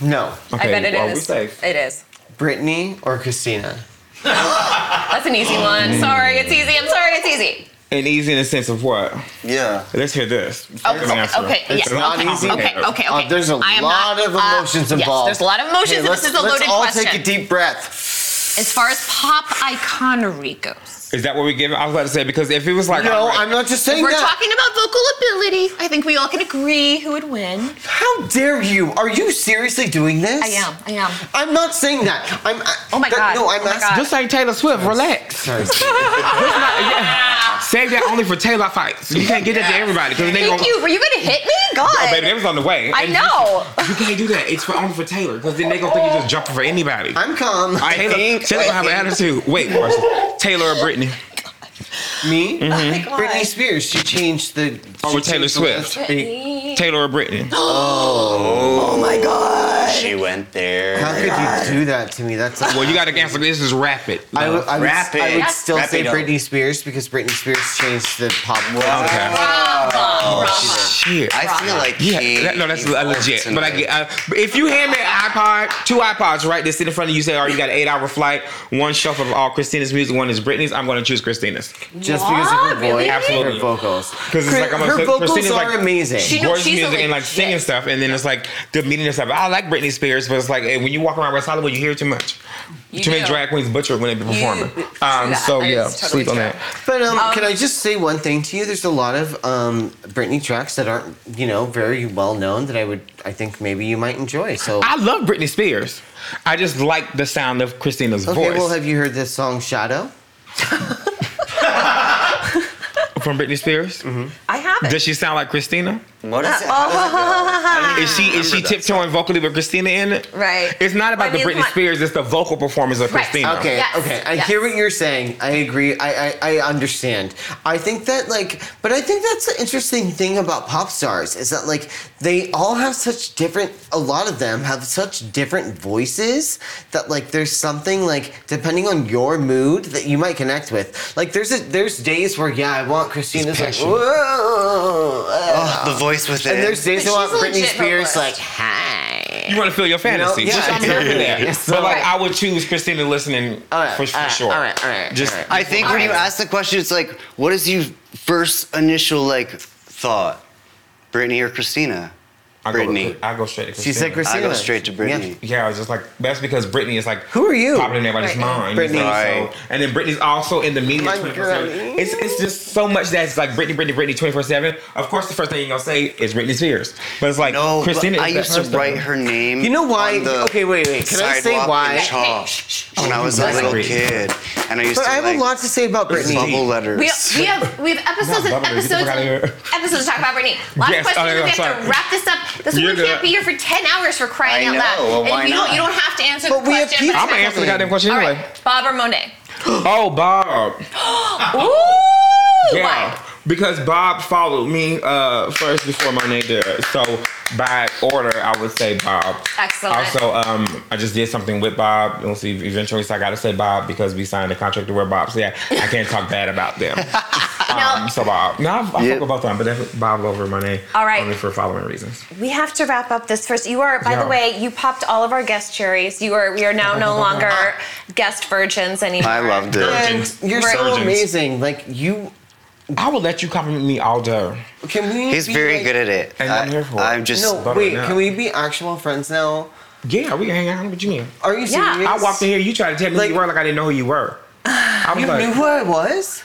S3: No,
S4: Okay,
S2: I bet it is.
S4: well, We safe.
S2: It is.
S3: Brittany or Christina?
S2: That's an easy
S4: Mm.
S2: one. Sorry, it's easy. I'm sorry, it's easy.
S4: And easy in the sense of what?
S6: Yeah.
S4: Let's hear this.
S2: Okay,
S4: Let me answer.
S2: okay,
S3: It's
S2: yes.
S3: not
S2: okay,
S3: easy.
S2: okay, okay, okay.
S3: Uh, there's a
S2: I am
S3: lot
S2: not-
S3: of
S2: uh,
S3: emotions
S2: yes,
S3: involved.
S2: there's a lot of emotions,
S3: Okay,
S2: and
S3: let's,
S2: this is a
S3: let's
S2: loaded
S3: all
S2: question.
S3: take a deep breath.
S2: As far as pop iconry goes,
S4: Is that what we give? I was about to say because if it was like
S3: No,
S4: all right,
S3: I'm not just saying
S2: we're
S3: that.
S2: talking about vocal ability. I think we all can agree who would win.
S3: How dare you? Are you seriously doing this?
S2: I am. I am.
S3: I'm not saying that. I'm. I,
S2: Oh my
S3: that-
S2: God.
S3: No, I'm
S2: Oh my
S3: asking.
S4: This ain't Taylor Swift. Relax.
S3: Sorry.
S4: Save that only for Taylor fights. You can't get that to everybody because they
S2: Thank
S4: gonna.
S2: you. Were you gonna hit me? God.
S4: Oh, baby, that was on the way.
S2: I
S4: And
S2: know.
S4: You can't do that. It's for only for Taylor because then they gonna think you're just jumping for anybody.
S3: I'm calm.
S4: I Taylor,
S1: think-
S4: Taylor
S1: I
S4: gonna have an attitude. Wait, Marcy. Taylor or Britney?
S3: Me?
S2: God.
S3: Britney Spears. She changed the.
S4: Oh, with
S3: she
S4: Taylor
S3: changed the
S4: Swift.
S3: last week.
S4: Taylor or Britney?
S1: Oh my god. She went there.
S3: How could you do that to me? That's.
S4: Well, you gotta cancel. This is rapid.
S3: I would, I would,
S1: Wrap
S3: I
S1: it.
S3: would still
S1: Wrap
S3: say
S1: it up.
S3: Britney Spears because Britney Spears changed the pop world.
S4: okay.
S2: Bravo, bravo.
S4: Shit.
S1: I feel like
S4: Yeah,
S1: he
S4: that- no, that's a
S1: evolved
S4: legit. But I
S1: tonight.
S4: get, I, but if you hand me an iPod, two iPods, right, that's in front of you, say, "All right, you got an eight-hour flight. One shelf of all Christina's music, one is Britney's." I'm going to choose Christina's.
S3: Just because of her
S2: What?
S3: voice,
S2: Really?
S4: Absolutely.
S3: her vocals.
S4: 'Cause it's like I'm
S3: her
S4: obsessed-
S3: vocals
S4: Christina's
S3: are
S4: like-
S3: amazing.
S2: She- No,
S4: Gorgeous
S2: she's a
S4: music and like
S2: legit.
S4: singing stuff, and then it's like the meaning and stuff. I like Britney Spears, but it's like eh, when you walk around West Hollywood, you hear too much.
S2: You
S4: too many
S2: do.
S4: drag queens butcher when they be performing.
S2: true
S4: Um,
S2: that.
S4: so
S2: That
S4: yeah,
S2: is totally
S4: sleep on
S2: true.
S4: that.
S3: but um, can
S2: Um,
S3: I just say one thing to you? There's a lot of um, Britney tracks that aren't, you know, very well known that I would, I think maybe you might enjoy. So
S4: I love Britney Spears. I just like the sound of Christina's
S3: okay,
S4: voice
S3: well, have you heard this song Shadow?
S4: from Britney Spears.
S2: I have it.
S4: Does she sound like Christina?
S1: What is it? How does it go?
S2: Ah.
S4: Is she is she tiptoeing vocally with Christina in it?
S2: Right.
S4: It's not about
S2: I mean,
S4: the Britney
S2: come on.
S4: Spears. It's the vocal performance of
S2: Right.
S4: Christina.
S3: Okay,
S2: Yes,
S3: okay. I
S2: yes.
S3: hear what you're saying. I agree. I, I I understand. I think that like, but I think that's the interesting thing about pop stars is that like they all have such different. A lot of them have such different voices that like there's something like depending on your mood that you might connect with. Like there's a there's days where yeah I want Christina's like
S4: passionate.
S3: whoa, uh,
S1: Oh, the voice within.
S3: and there's days I
S2: But
S3: want
S2: she's a
S3: Britney
S2: legit
S3: Spears
S2: vocalist.
S3: like hi.
S4: You want to feel your fantasy,
S3: yeah,
S4: which I'm here for
S3: exactly.
S4: that.
S3: Yeah, so-
S4: but like,
S2: Right.
S4: I would choose Christina listening
S3: All right,
S4: for, for
S3: all right,
S4: sure.
S3: All right, all right.
S4: Just-
S3: all right.
S1: I think when you ask the question, it's like, what is your first initial like thought? Brittany or Christina?
S4: I go,
S1: Brittany.
S4: I go straight to
S3: she
S4: Christina.
S3: said Christina.
S1: I go straight to Brittany.
S3: Yeah.
S4: Yeah, I was just like that's because Brittany is like
S3: Who are you?
S4: popping in everybody's
S2: Right.
S4: mind.
S3: Brittany.
S4: So-
S1: Right.
S4: and then Brittany's also in the media.
S3: My
S4: 24/7.
S3: girl.
S4: It's it's just so much that's like Brittany, Brittany, Brittany, twenty four seven. Of course, the first thing you're gonna say is Britney Spears, but it's like
S1: No,
S4: Christina.
S1: but I
S4: is that
S1: used to
S4: person.
S1: write her name.
S3: You know why?
S1: on the
S3: Okay, wait, wait. Can I say
S1: sidewalk in
S3: why?
S1: chalk when I was a
S4: that's
S1: little
S4: great.
S1: kid, and I used
S3: But
S1: to
S3: I have
S1: like
S3: a lot to say about
S4: This is
S3: Britney.
S4: deep.
S1: bubble letters.
S2: We, we have we have episodes and
S4: Not bubbly, get the
S2: episodes
S4: fuck
S2: and
S4: outta here.
S2: episodes to talk about Brittany. Lots
S4: Yes,
S2: of questions.
S4: oh, yeah,
S2: we have
S4: sorry.
S2: to wrap this up. This
S4: You're
S2: one we can't
S4: good.
S2: be here for ten hours for crying out
S1: I
S2: loud.
S1: know, well, why
S2: and you
S1: not?
S2: don't you don't have to answer
S3: But
S2: the
S3: we have
S2: question.
S3: people-
S4: I'm gonna answer the goddamn question
S2: All
S4: anyway.
S2: right, Bob or Monet?
S4: Oh, Bob.
S3: Uh-huh.
S2: Ooh,
S4: Yeah,
S2: why?
S4: because Bob followed me uh, first before Monet did. So by order, I would say Bob.
S2: Excellent.
S4: Also, um, I just did something with Bob. You'll see eventually, so I got to say Bob because we signed a contract to wear Bob. So yeah, I can't talk bad about them. um, so Bob. No, I, I
S1: Yeah.
S4: talk about them, but definitely Bob over Monet.
S2: All right.
S4: Only for following reasons.
S2: We have to wrap up this first. You are, by
S4: Yeah.
S2: the way, you popped all of our guest cherries. You are we are now no longer guest virgins anymore.
S1: I loved it.
S3: And you're
S2: Right.
S3: so
S4: Virgins.
S3: amazing. Like you,
S4: I will let you compliment me all day.
S3: can we?
S1: He's
S3: be
S1: very
S3: like-
S1: good at it.
S4: And I'm here for it.
S1: I'm just
S3: No,
S4: Butter
S3: wait.
S4: now.
S3: Can we be actual friends now?
S4: Yeah, we can hang out. What you mean?
S3: Are you
S2: Yeah.
S3: serious?
S4: I walked in here. You tried to tell me
S3: Like-
S4: who you were like I didn't know who you were. I was
S3: You
S4: like,
S3: knew who I was.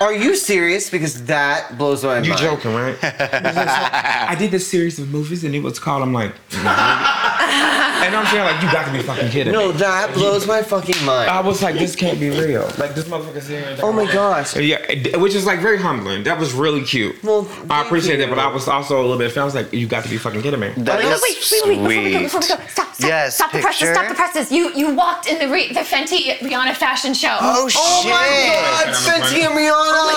S3: Are you serious? Because that blows my mind.
S4: You joking, right? I did this series of movies and it was called. I'm like, And I'm saying like, you got to be fucking kidding
S3: No,
S4: me.
S3: that blows my fucking mind.
S4: I was like, this can't be real. Like this motherfucker's here.
S3: Oh my gosh.
S4: Yeah, it- which is like very humbling. That was really cute.
S3: Well,
S4: I
S3: thank
S4: appreciate that,
S3: you.
S4: but I was also a little bit offended. I was like, you got to be fucking kidding me.
S1: That
S2: No,
S1: is
S2: wait, wait, wait, before we go, before we go.
S1: sweet.
S2: Stop, stop,
S1: Yes,
S2: stop the presses, stop
S1: picture.
S2: the presses. You you walked in the re- the Fenty Rihanna fashion show.
S1: Oh,
S3: Oh
S1: shit!
S3: my god,
S4: And I'm
S3: Fenty
S4: afraid-
S3: and
S2: Oh my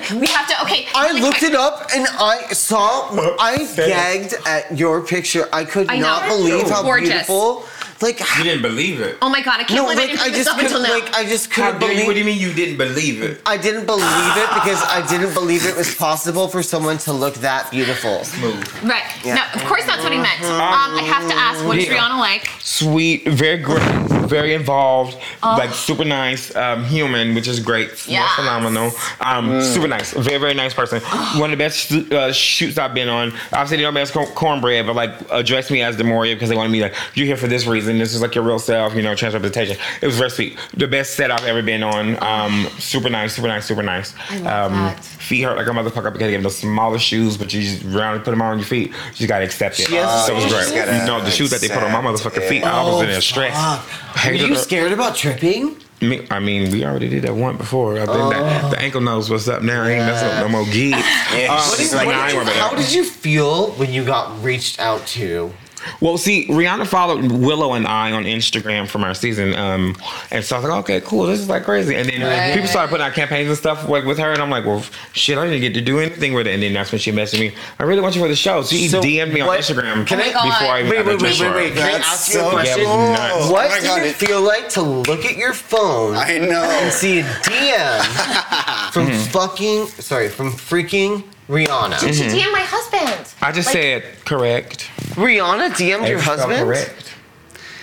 S3: Rihanna!
S2: god. We have to okay.
S3: I
S2: really
S3: looked
S2: quick.
S3: it up and I saw, I gagged at your picture. I could
S2: I know.
S3: not believe how
S2: Gorgeous.
S3: beautiful. Like,
S4: You didn't believe it.
S2: Oh my god, I can't
S3: no,
S2: believe I
S3: like
S2: didn't
S3: I
S2: pick this
S3: just
S2: up until
S3: couldn't,
S2: now.
S3: like I just
S4: How
S3: couldn't
S4: dare you? What do
S3: believe.
S4: you mean you didn't believe it?
S3: I didn't believe it because I didn't believe it was possible for someone to look that beautiful.
S4: Move.
S2: right. No, of course that's what he meant.
S3: Mm-hmm.
S2: Um, I have to ask, what is
S4: Yeah.
S2: Rihanna like?
S4: Sweet, very great, very involved, like super nice, um, human, which is great,
S2: Oh. Yes.
S4: yeah, phenomenal, um, super nice, very very nice person.
S2: Oh.
S4: One of the best uh, shoots I've been on. Obviously, they don't ask corn- cornbread, but like address me as Demoria because they wanted me like you're here for this reason. This is like your real self, you know, trans representation. It was very sweet. The best set I've ever been on. Um, super nice, super nice, super nice.
S2: I love
S4: um,
S2: that.
S4: Feet hurt like a motherfucker because they have the smallest shoes, but you just round put them on your feet. You just gotta accept it.
S3: She has-
S4: so it Ah, was
S3: she
S4: great.
S1: just gotta
S4: You know, the shoes that they put on my motherfucking
S1: accept it.
S4: feet. I was in
S3: Oh,
S4: a stress.
S3: fuck. Are
S4: Hated
S3: you
S4: her.
S3: scared about tripping?
S4: Me, I mean, we already did that one before. I've been
S3: Oh.
S4: that. The ankle knows what's up now. Ain't messing up no more gig. Um,
S1: What is-
S4: like,
S1: what
S4: nah, I
S1: is-
S4: ain't worried about
S3: How
S4: that.
S3: did you feel when you got reached out to?
S4: Well, see, Rihanna followed Willow and I on Instagram from our season, um, and so I was like, okay, cool, this is like crazy. And then
S2: Right.
S4: people started putting out campaigns and stuff like with her, and I'm like, well, shit, I didn't get to do anything with it. And then that's when she messaged me. I really want you for the show. She
S3: So
S4: DM'd me on
S3: what-
S4: Instagram
S3: can I-
S4: before I even got the dress for her.
S3: Can I
S1: That's
S3: ask you a
S1: so
S3: question?
S4: cool. Yeah, it was nuts.
S3: What
S1: Oh my
S3: did
S1: God,
S3: it
S1: it-
S3: feel like to look at your phone
S1: I know.
S3: and see a DM from
S4: Mm-hmm.
S3: fucking sorry from freaking Rihanna?
S2: She DM my husband.
S4: Mm-hmm. I just
S2: Like,
S4: said correct.
S3: Rihanna DM'd your
S4: It's spelled
S3: husband.
S4: Correct.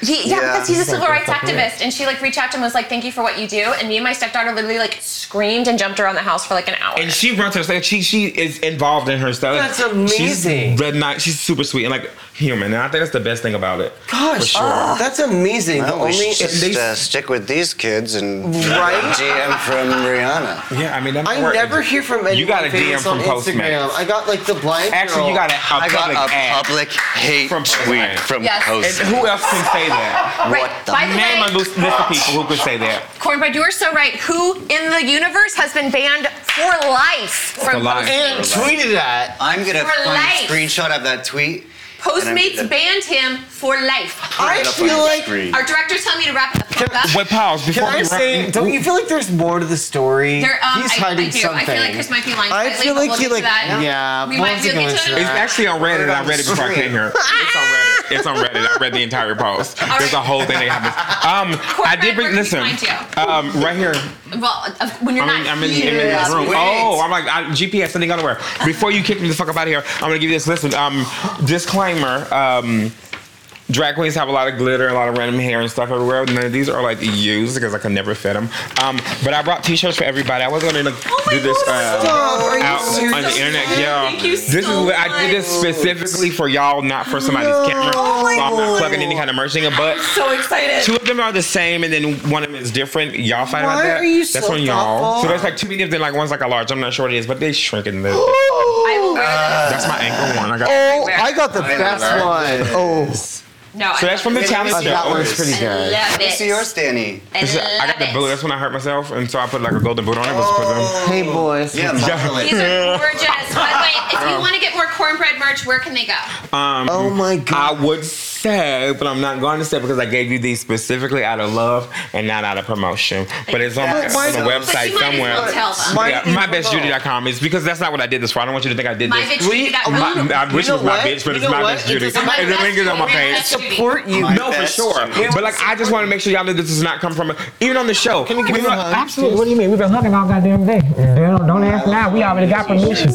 S2: He, yeah,
S1: Yeah.
S2: because he's a civil
S4: Fucking
S2: rights
S4: fucking
S2: activist, and she like reached out to him and was like, "Thank you for what you do." And me and my stepdaughter literally like screamed and jumped around the house for like an hour.
S4: And she runs her stuff. She she is involved in her stuff.
S3: That's amazing.
S4: She's red night. She's super sweet and like human. And I think that's the best thing about it.
S3: Gosh, that's amazing. the
S1: Well, we
S3: only
S1: should just
S4: they-
S1: uh, stick with these kids and
S3: Right?
S1: GM from Rihanna.
S4: Yeah, I mean, that
S3: I
S4: might work.
S3: never hear from anyone
S4: You got a DM
S3: famous
S4: from
S3: on Instagram.
S4: Postmates.
S3: I got like the blind
S4: Actually, you
S3: girl.
S4: got a, a
S1: I
S4: public
S1: got a
S4: ad.
S1: public hate
S4: From
S1: tweet
S4: Postmates.
S1: from
S2: Yes.
S4: And
S1: Post.
S4: who else can say that?
S2: right.
S1: what the-
S2: By the
S4: Name a
S2: way,
S4: list list of people who could say that.
S2: Cornbread, you are so right. Who in the universe has been banned for life from
S4: life.
S3: and tweeted at.
S1: I'm gonna
S2: For
S1: find a
S2: life.
S1: screenshot of that tweet.
S2: Postmates
S1: And I'm-
S2: banned him for life.
S3: I
S1: it up on
S3: feel
S1: the
S3: like.
S1: screen.
S2: Our director's telling me to wrap it the fuck up.
S4: Wait, pause. Before
S3: Can I
S4: we
S3: say?
S4: wrap,
S3: Don't you feel like there's more to the story?
S2: There, um,
S3: He's
S2: I-
S3: hiding
S2: I, do.
S3: something.
S2: I feel like Chris might be lying.
S3: I
S2: slightly,
S3: feel
S2: but
S3: like
S2: we'll
S3: he,
S2: get to
S3: like-
S2: that.
S3: yeah,
S2: We
S3: we'll
S2: might
S3: have
S2: be
S3: to
S2: able
S3: go
S2: to
S3: into
S2: get to
S4: It's
S2: that.
S3: that.
S4: actually on Reddit. I read it before I came here. It's on Reddit. It's on Reddit. I read the entire post. There's a whole thing that happens. Um, I
S2: Corporate,
S4: did
S2: where
S4: bring.
S2: can we
S4: Listen,
S2: find you?
S4: um, right here.
S2: Well, uh, when you're
S4: I'm,
S2: not
S4: I'm in, I'm in
S2: here.
S4: this room.
S1: Wait.
S4: Oh, I'm like I, GPS. I think nowhere. Before you kick me the fuck up out of here, I'm gonna give you this. Listen, um, disclaimer. Um, drag queens have a lot of glitter, a lot of random hair and stuff everywhere. And then these are like used because I can never fit them. Um, but I brought T-shirts for everybody. I was gonna like,
S2: Oh my
S4: do this.
S2: God,
S4: uh,
S3: Stop, are you
S4: out
S3: serious?
S4: on the internet, yeah.
S2: Thank you so
S4: this is what I did this
S2: much.
S4: specifically for y'all, not for somebody's camera.
S3: Oh
S4: so I'm
S3: my
S4: not plugging any kind of merch in it, but
S2: So excited.
S4: two of them are the same and then one of them is different. Y'all fight
S3: Why
S4: about that.
S3: are you
S4: That's
S3: so
S4: on y'all.
S3: thoughtful?
S4: So there's like two mediums, then like one's like a large. I'm not sure what it is, but they shrink in the.
S2: I will wear
S1: Uh,
S2: this.
S4: That's my ankle one. I got.
S3: Oh, I got the best one. Oh,
S2: No,
S4: so
S2: I
S4: that's from the
S2: love it.
S4: talent
S3: Uh,
S4: show.
S3: that one's pretty
S2: I
S3: good.
S2: love
S1: Let's
S2: it.
S1: see yours, Danny.
S2: I
S4: It's- I got the
S2: love
S4: boot.
S2: it.
S4: That's when I hurt myself, and so I put like a golden boot on it. Was put them.
S3: Hey boys.
S1: Yeah, buckle it.
S2: These are gorgeous. By the way, if you want to get more cornbread merch, where can they go?
S4: Um,
S3: Oh my
S4: I
S3: god.
S4: would say, but I'm not going to say because I gave you these specifically out of love and not out of promotion. But it's on, my,
S1: But why-
S4: on the
S2: But
S4: website
S2: you might as
S4: somewhere.
S2: well tell them.
S3: Why
S4: Yeah,
S3: did you
S4: mybestjudy.com is because that's not what I did this for. I don't want you to think I did
S2: My
S4: this.
S2: bitch Judy. dot
S4: My-
S2: com.
S4: I wish
S3: You
S4: it
S3: know
S4: was my
S3: what?
S4: bitch, but
S3: You
S4: it's
S3: know
S4: my
S3: what?
S4: best Judy.
S3: It doesn't
S4: And the
S2: matter.
S4: link is on my
S2: It
S4: page.
S2: doesn't
S3: support you.
S1: My
S4: No, for
S1: best
S4: sure.
S1: Judy.
S4: But like, I just want to make sure y'all know this does not come from a, even on the show. Can we
S3: give him a hug?
S4: Absolutely.
S7: What do you mean? We've been hugging all goddamn day. Don't, don't ask now. We already got permission.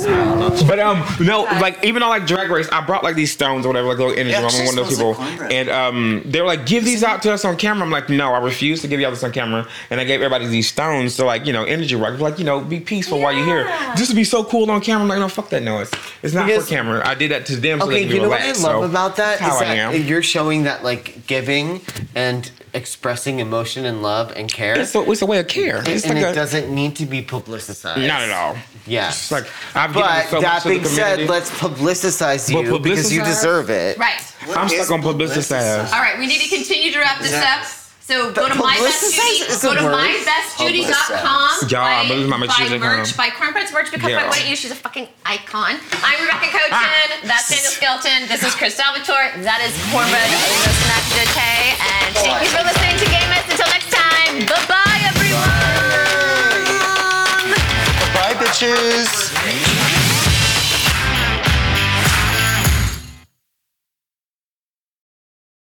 S4: But um, no, like even on like Drag Race, I brought like these stones or whatever, like little energy.
S1: Yeah,
S4: I'm
S1: she
S4: one of those people,
S1: smells like cornbread.
S4: and um, they were like, "Give these out to us on camera." I'm like, "No, I refuse to give y'all this on camera." And I gave everybody these stones to like, you know, energy rock, like you know, be peaceful while you're here. This would be so cool on camera. I'm like, no, fuck that noise. It's not
S3: Because-
S4: for camera. I did that to them so
S3: Okay,
S4: they can
S3: you know what I
S4: relax.
S3: love
S4: so
S3: about that
S4: that's
S3: is
S4: how I
S3: that
S4: am.
S3: you're showing that like giving and expressing emotion and love and care.
S4: It's a, it's a way of care.
S3: and
S4: It's
S3: it
S4: like a,
S3: doesn't need to be publicized.
S4: not at all.
S3: Yes.
S4: It's like I've
S3: but
S4: given so much
S3: that
S4: to the
S3: being said,
S4: community.
S3: let's publicize you
S4: But
S3: because you
S4: publicize-
S3: deserve it.
S8: Right.
S4: I'm stuck on publicized.
S8: All right, we need to continue to wrap this up. So go to my best
S3: publicize
S8: Judy.
S3: is a
S8: Go to
S3: word.
S8: mybestjudy.com.
S4: Yeah,
S8: buy-
S4: I'm gonna lose my
S8: buy
S4: Judy
S8: merch,
S4: account.
S8: buy Corn Prince merch, become
S4: uh, Yeah.
S2: What about you? She's a fucking icon. I'm Rebecca Cochin. That's Daniel Skelton. This is Chris Salvatore. That is Cornbread Rosinacte. And thank you for listening to Game Mess. Until next time, bye bye, everyone.
S6: Bye, bitches.